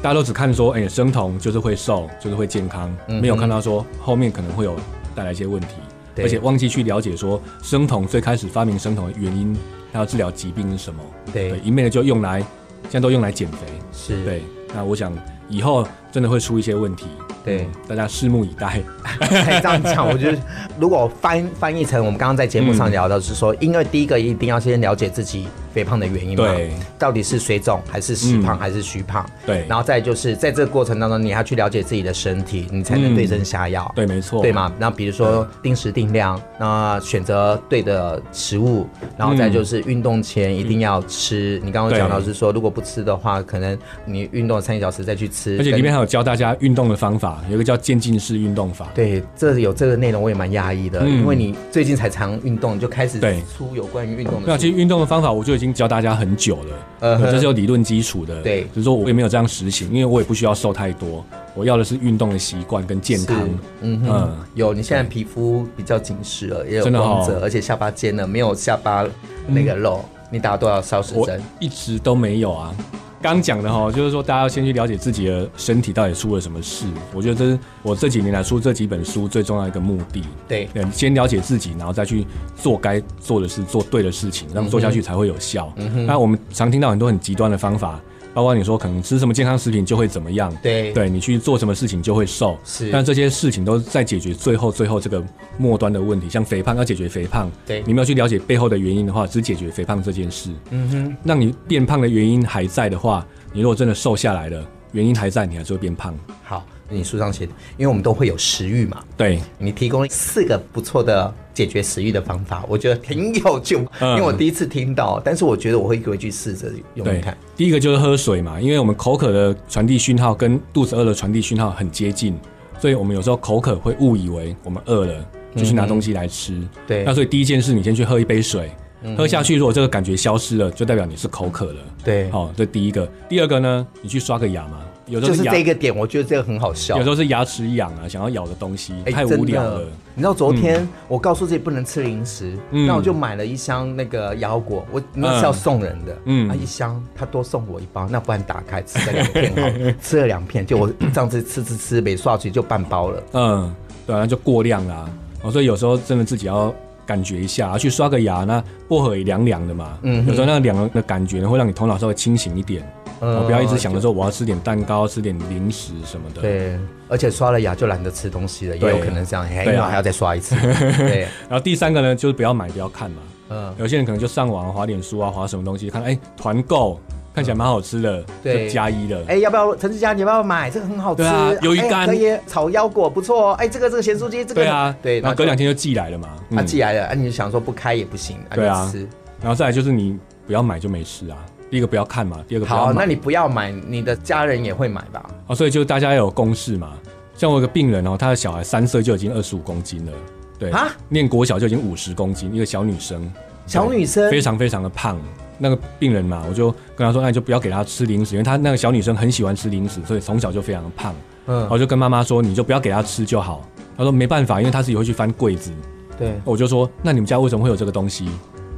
Speaker 3: 大家都只看说，哎、生酮就是会瘦，就是会健康，
Speaker 2: 嗯哼
Speaker 3: 没有看到说后面可能会有带来一些问题，
Speaker 2: 对
Speaker 3: 而且忘记去了解说生酮最开始发明生酮的原因，还有治疗疾病是什么。对，
Speaker 2: 对
Speaker 3: 一面的就用来，现在都用来减肥。
Speaker 2: 是，
Speaker 3: 对，那我想以后真的会出一些问题，
Speaker 2: 对
Speaker 3: 嗯，大家拭目以待。
Speaker 2: 才哎这样讲，我觉得如果翻翻译成我们刚刚在节目上聊的是说，因为第一个一定要先了解自己肥胖的原因嘛，
Speaker 3: 对，
Speaker 2: 到底是水肿还是实胖
Speaker 3: 嗯
Speaker 2: 还是虚胖，
Speaker 3: 对，
Speaker 2: 然后再就是在这个过程当中，你要去了解自己的身体，你才能对症下药。
Speaker 3: 嗯对，没错，
Speaker 2: 对？嘛？那比如说定时定量，那选择对的食物，然后再就是运动
Speaker 3: 嗯
Speaker 2: 前一定要吃。你刚刚讲到是说，如果不吃的话，可能你运动三个小时再去吃。
Speaker 3: 而且
Speaker 2: 跟
Speaker 3: 里面还有教大家运动的方法，有一个叫渐进式运动法。
Speaker 2: 对，这有这个内容我也蛮压抑的，
Speaker 3: 嗯
Speaker 2: 因为你最近才常运动，你就开始
Speaker 3: 对
Speaker 2: 出有关于运动
Speaker 3: 那
Speaker 2: 的
Speaker 3: 其
Speaker 2: 书。
Speaker 3: 实运动的方法，我就已经教大家很久了，
Speaker 2: 呃呵
Speaker 3: 这是有理论基础的。
Speaker 2: 对
Speaker 3: 只是说我也没有这样实行，因为我也不需要瘦太多，我要的是运动的习惯跟健康
Speaker 2: 是。嗯哼，
Speaker 3: 嗯
Speaker 2: 有你现在皮肤比较紧实了，也有
Speaker 3: 真的
Speaker 2: 光
Speaker 3: 哦嗯
Speaker 2: 泽，而且下巴尖了，没有下巴那个肉。你打了多少消食
Speaker 3: 我
Speaker 2: 针？
Speaker 3: 一直都没有啊。刚讲的哈，就是说大家要先去了解自己的身体到底出了什么事。我觉得这是我这几年来出这几本书最重要的一个目的。
Speaker 2: 对
Speaker 3: 对，呃先了解自己，然后再去做该做的事，做对的事情，这样做
Speaker 2: 嗯
Speaker 3: 下去才会有效。那我们常听到很多很极端的方法，包括你说可能吃什么健康食品就会怎么样，
Speaker 2: 对
Speaker 3: 对你去做什么事情就会瘦，
Speaker 2: 是
Speaker 3: 但这些事情都是在解决最后最后这个末端的问题，像肥胖要解决肥胖，
Speaker 2: 对
Speaker 3: 你没有去了解背后的原因的话，只解决肥胖这件事，嗯哼，让你变胖的原因还在的话，你如果真的瘦下来了，原因还在，你还是会变胖，
Speaker 2: 好，你书上写的，因为我们都会有食欲嘛。
Speaker 3: 对，
Speaker 2: 你提供四个不错的解决食欲的方法，我觉得挺有趣，
Speaker 3: 嗯
Speaker 2: 因为我第一次听到，但是我觉得我会回去试着用用
Speaker 3: 对
Speaker 2: 看。，
Speaker 3: 第一个就是喝水嘛，因为我们口渴的传递讯号跟肚子饿的传递讯号很接近，所以我们有时候口渴会误以为我们饿了，就去拿东西来吃。
Speaker 2: 嗯对嗯
Speaker 3: 那所以第一件事，你先去喝一杯水，喝下去，如果这个感觉消失了，就代表你是口渴了。
Speaker 2: 对
Speaker 3: 好、这第一个。第二个呢，你去刷个牙嘛，有时
Speaker 2: 就
Speaker 3: 候
Speaker 2: 是
Speaker 3: 牙，
Speaker 2: 这个点，我觉得这个很好笑
Speaker 3: 有时。候是牙齿痒啊，想要咬的东西、
Speaker 2: 哎
Speaker 3: 太无聊了。。
Speaker 2: 你知道昨天我告诉自己不能吃零食，
Speaker 3: 嗯
Speaker 2: 那我就买了一箱那个腰果，我那是要送人的，嗯，
Speaker 3: 嗯
Speaker 2: 啊一箱他多送我一包，那不然打开吃了两片好 了，吃了两片，就我这样子吃吃吃，没刷下去就半包了。
Speaker 3: 嗯，对、啊，那就过量啦、哦，所以有时候真的自己要感觉一下，去刷个牙，那薄荷也凉凉的嘛。
Speaker 2: 嗯哼
Speaker 3: 有时候那个凉的感觉呢，会让你头脑稍微清醒一点，
Speaker 2: 嗯
Speaker 3: 哦，不要一直想着说我要吃点蛋糕、吃点零食什么的。，
Speaker 2: 对，而且刷了牙就懒得吃东西了，也
Speaker 3: 嗯对
Speaker 2: 有可能这样，哎嘿因
Speaker 3: 对啊
Speaker 2: 为我还要再刷一 次。对，
Speaker 3: 然后第三个呢，就是不要买，不要看嘛。
Speaker 2: 嗯，
Speaker 3: 有些人可能就上网划点书啊，划什么东西，看哎团购看起来蛮好吃的，
Speaker 2: 对
Speaker 3: 就加一了。
Speaker 2: 哎，要不要陈志佳？你要不要买？这个很好吃，
Speaker 3: 对啊
Speaker 2: 哎
Speaker 3: 鱿鱼干
Speaker 2: 可以炒腰果不错哦。哎，这个这个咸酥鸡，这个
Speaker 3: 对啊，
Speaker 2: 对，
Speaker 3: 然后隔两
Speaker 2: 天
Speaker 3: 天就寄来了嘛。
Speaker 2: 他
Speaker 3: 嗯
Speaker 2: 寄来了，啊，你就想说不开也不行，啊，
Speaker 3: 对啊
Speaker 2: 你吃。
Speaker 3: 然后再来就是你不要买就没事啊。第一个不要看嘛，第二个不要
Speaker 2: 好，
Speaker 3: 买。
Speaker 2: 那你不要买，你的家人也会买吧？
Speaker 3: 哦，所以就大家有共识嘛。像我有个病人哦，他的小孩三岁就已经二十五公斤了，对
Speaker 2: 啊
Speaker 3: 念国小就已经五十公斤，一个小女生，
Speaker 2: 小女生
Speaker 3: 非常非常的胖。那个病人嘛，我就跟他说，那你就不要给她吃零食，因为她那个小女生很喜欢吃零食，所以从小就非常的胖。
Speaker 2: 嗯
Speaker 3: 我就跟妈妈说，你就不要给她吃就好。她说没办法，因为她自己会去翻柜子。
Speaker 2: 对，
Speaker 3: 我就说，那你们家为什么会有这个东西？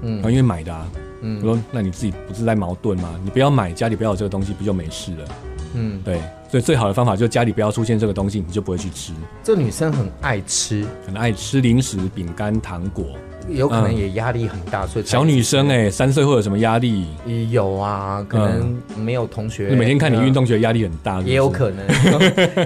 Speaker 2: 嗯
Speaker 3: 嗯，因为买的啊。
Speaker 2: 嗯
Speaker 3: 嗯，我说那你自己不是在矛盾吗？你不要买，家里不要有这个东西，不就没事了？
Speaker 2: 嗯，
Speaker 3: 对，所以最好的方法就是家里不要出现这个东西，你就不会去吃。
Speaker 2: 这女生很爱吃，
Speaker 3: 可能爱吃零食、饼干、糖果。
Speaker 2: 有可能
Speaker 3: 嗯
Speaker 2: 也压力很大，所以才
Speaker 3: 小女生哎、三岁会有什么压力？
Speaker 2: 也有啊，可能没有同学
Speaker 3: 嗯你每天看你
Speaker 2: 嗯
Speaker 3: 运动，觉得压力很大是不是
Speaker 2: 也有可 能，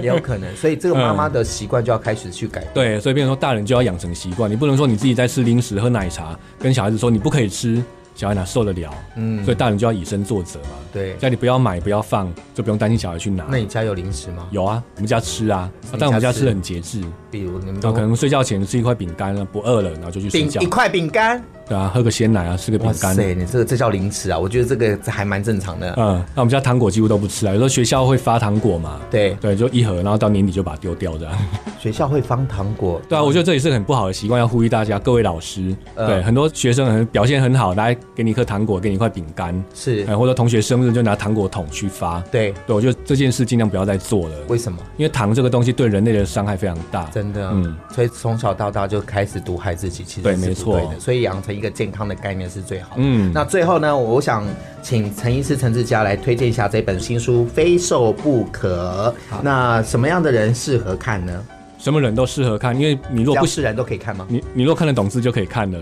Speaker 2: 也有可能，所以这个妈妈的习惯就要开始去改。
Speaker 3: 对，所以变成说大人就要养成习惯，你不能说你自己在吃零食、喝奶茶，跟小孩子说你不可以吃，小孩哪受得了？
Speaker 2: 嗯
Speaker 3: 嗯，所以大人就要以身作则嘛。
Speaker 2: 对
Speaker 3: 家里不要买，不要放，就不用担心小孩去拿
Speaker 2: 那。你家有零食吗？
Speaker 3: 有啊，我们家吃啊，
Speaker 2: 你家吃哦
Speaker 3: 但我们家吃的很节制，
Speaker 2: 比如你们
Speaker 3: 然
Speaker 2: 都
Speaker 3: 哦后可能睡觉前吃一块饼干啊，不饿了，然后就去睡
Speaker 2: 饼
Speaker 3: 觉
Speaker 2: 一。块饼干，
Speaker 3: 对啊，喝个鲜奶啊，吃个饼
Speaker 2: 哇
Speaker 3: 干。
Speaker 2: 塞，你这个这叫零食啊！我觉得这个这还蛮正常的。
Speaker 3: 嗯，那我们家糖果几乎都不吃啊，有时候学校会发糖果嘛，
Speaker 2: 对，
Speaker 3: 对，就一盒，然后到年底就把它丢掉这样。
Speaker 2: 学校会放糖果，
Speaker 3: 对啊，我觉得这也是个很不好的习惯，要呼吁大家，各位老师，
Speaker 2: 嗯
Speaker 3: 对，很多学生很表现很好，来给你一颗糖果，给你一块饼干，
Speaker 2: 是
Speaker 3: 哎，或者同学生日就拿糖果桶去发。
Speaker 2: 对，
Speaker 3: 对，我觉得这件事尽量不要再做了，
Speaker 2: 为什么？
Speaker 3: 因为糖这个东西对人类的伤害非常大。
Speaker 2: 真的，嗯
Speaker 3: 嗯，
Speaker 2: 所以从小到大就开始毒害自己，其实
Speaker 3: 对
Speaker 2: 是
Speaker 3: 没
Speaker 2: 不
Speaker 3: 错
Speaker 2: 对的。所以养成一个健康的概念是最好的。
Speaker 3: 嗯
Speaker 2: 那最后呢，我想请陈医师、陈志佳来推荐一下这本新书《非瘦不可》。那什么样的人适合看呢？
Speaker 3: 什么人都适合看，因为你
Speaker 2: 只
Speaker 3: 若
Speaker 2: 要
Speaker 3: 不？
Speaker 2: 是人都可以看吗
Speaker 3: 你你若看得懂字就可以看了。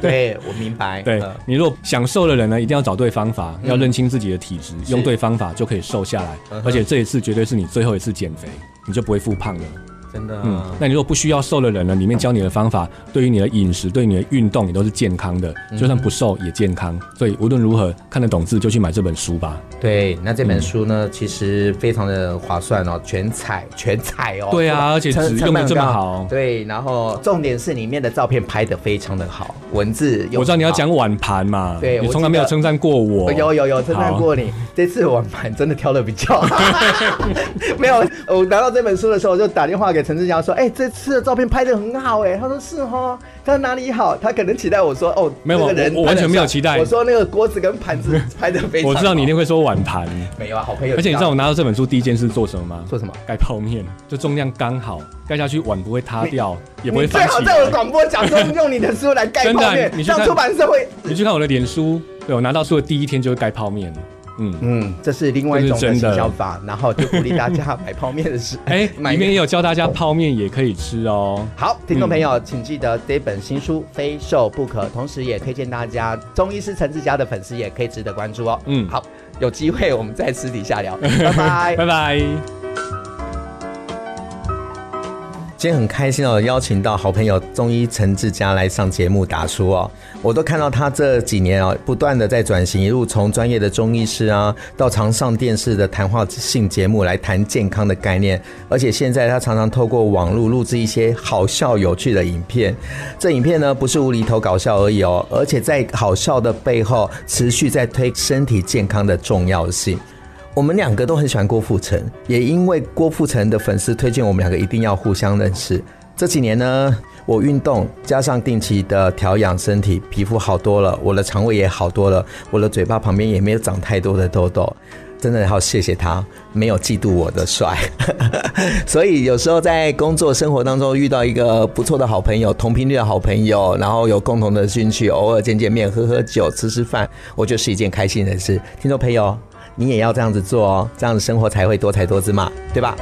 Speaker 2: 对，我明白。
Speaker 3: 对
Speaker 2: 嗯
Speaker 3: 你若享受的人呢，一定要找对方法，要认清自己的体质，用对方法就可以瘦下来。
Speaker 2: 嗯哼
Speaker 3: 而且这一次绝对是你最后一次减肥，你就不会复胖了。
Speaker 2: 真的，
Speaker 3: 嗯，那你如果不需要瘦的人呢，里面教你的方法，对于你的饮食、对你的运动，也都是健康
Speaker 2: 嗯
Speaker 3: 的，就算不瘦也健康。所以无论如何看得懂字就去买这本书吧。
Speaker 2: 对。那这本书
Speaker 3: 嗯
Speaker 2: 呢，其实非常的划算哦，全彩 全彩哦。
Speaker 3: 对啊而且
Speaker 2: 成
Speaker 3: 纸
Speaker 2: 成
Speaker 3: 用得
Speaker 2: 本
Speaker 3: 这么
Speaker 2: 高
Speaker 3: 好
Speaker 2: 对，然后重点是里面的照片拍得非常的好，文字用
Speaker 3: 我知道你要
Speaker 2: 得好
Speaker 3: 讲碗盘嘛，
Speaker 2: 对
Speaker 3: 你
Speaker 2: 我
Speaker 3: 从
Speaker 2: 记
Speaker 3: 来没有
Speaker 2: 得
Speaker 3: 称赞过我。
Speaker 2: 有有有，称赞
Speaker 3: 哦好
Speaker 2: 过你。这次我盘真的挑的比较好， 没有。我拿到这本书的时候，我就打电话给陈志祥说：“哎、这次的照片拍的很好哎。”他说：“是哦，他哪里好？”他可能期待我说：“哦，
Speaker 3: 没有
Speaker 2: 这个人
Speaker 3: 我我
Speaker 2: 拍得
Speaker 3: 完全没有
Speaker 2: 很
Speaker 3: 期待
Speaker 2: 我说：“那个锅子跟盘子拍的非常。”
Speaker 3: 我知道你一定会说碗盘，
Speaker 2: 没有啊，好朋友。
Speaker 3: 而且你知道我拿到这本书第一件事做什么吗？
Speaker 2: 做什么？
Speaker 3: 盖泡面，就重量刚好，盖下去碗不会塌掉，也不会
Speaker 2: 你最
Speaker 3: 翻
Speaker 2: 好
Speaker 3: 起
Speaker 2: 在我
Speaker 3: 来。
Speaker 2: 广播讲说用你的书来盖
Speaker 3: 真的
Speaker 2: 泡
Speaker 3: 啊
Speaker 2: 面，
Speaker 3: 你去
Speaker 2: 让
Speaker 3: 看
Speaker 2: 出版社会。
Speaker 3: 你去看我的脸书，对我拿到书的第一天就会盖泡面，嗯。
Speaker 2: 嗯，这是另外一种
Speaker 3: 这
Speaker 2: 的
Speaker 3: 是真的
Speaker 2: 行销法，然后就鼓励大家买泡面的时候，
Speaker 3: 哎，
Speaker 2: 买
Speaker 3: 里面也有教大家泡面也可以吃哦。
Speaker 2: 好，听众朋友，请记得这本新书《非瘦不可》，同时也推荐大家，中医师陈志佳的粉丝也可以值得关注哦。
Speaker 3: 嗯
Speaker 2: 好，有机会我们再私底下聊，拜拜
Speaker 3: 拜。拜。
Speaker 2: 今天很开心哦，邀请到好朋友中医陈志佳来上节目答书哦。我都看到他这几年哦，不断的在转型，一路从专业的中医师啊，到常上电视的谈话性节目来谈健康的概念，而且现在他常常透过网络录制一些好笑有趣的影片。这影片呢，不是无厘头搞笑而已哦，而且在好笑的背后，持续在推身体健康的重要性。我们两个都很喜欢郭富城，也因为郭富城的粉丝推荐，我们两个一定要互相认识。这几年呢，我运动加上定期的调养身体，皮肤好多了，我的肠胃也好多了，我的嘴巴旁边也没有长太多的痘痘。真的好谢谢他，没有嫉妒我的帅。 所以有时候在工作生活当中遇到一个不错的好朋友，同频率的好朋友，然后有共同的兴趣，偶尔见见面、喝喝酒、吃吃饭，我觉得是一件开心的事。听众朋友，你也要这样子做哦，这样子生活才会多才多姿嘛，对吧？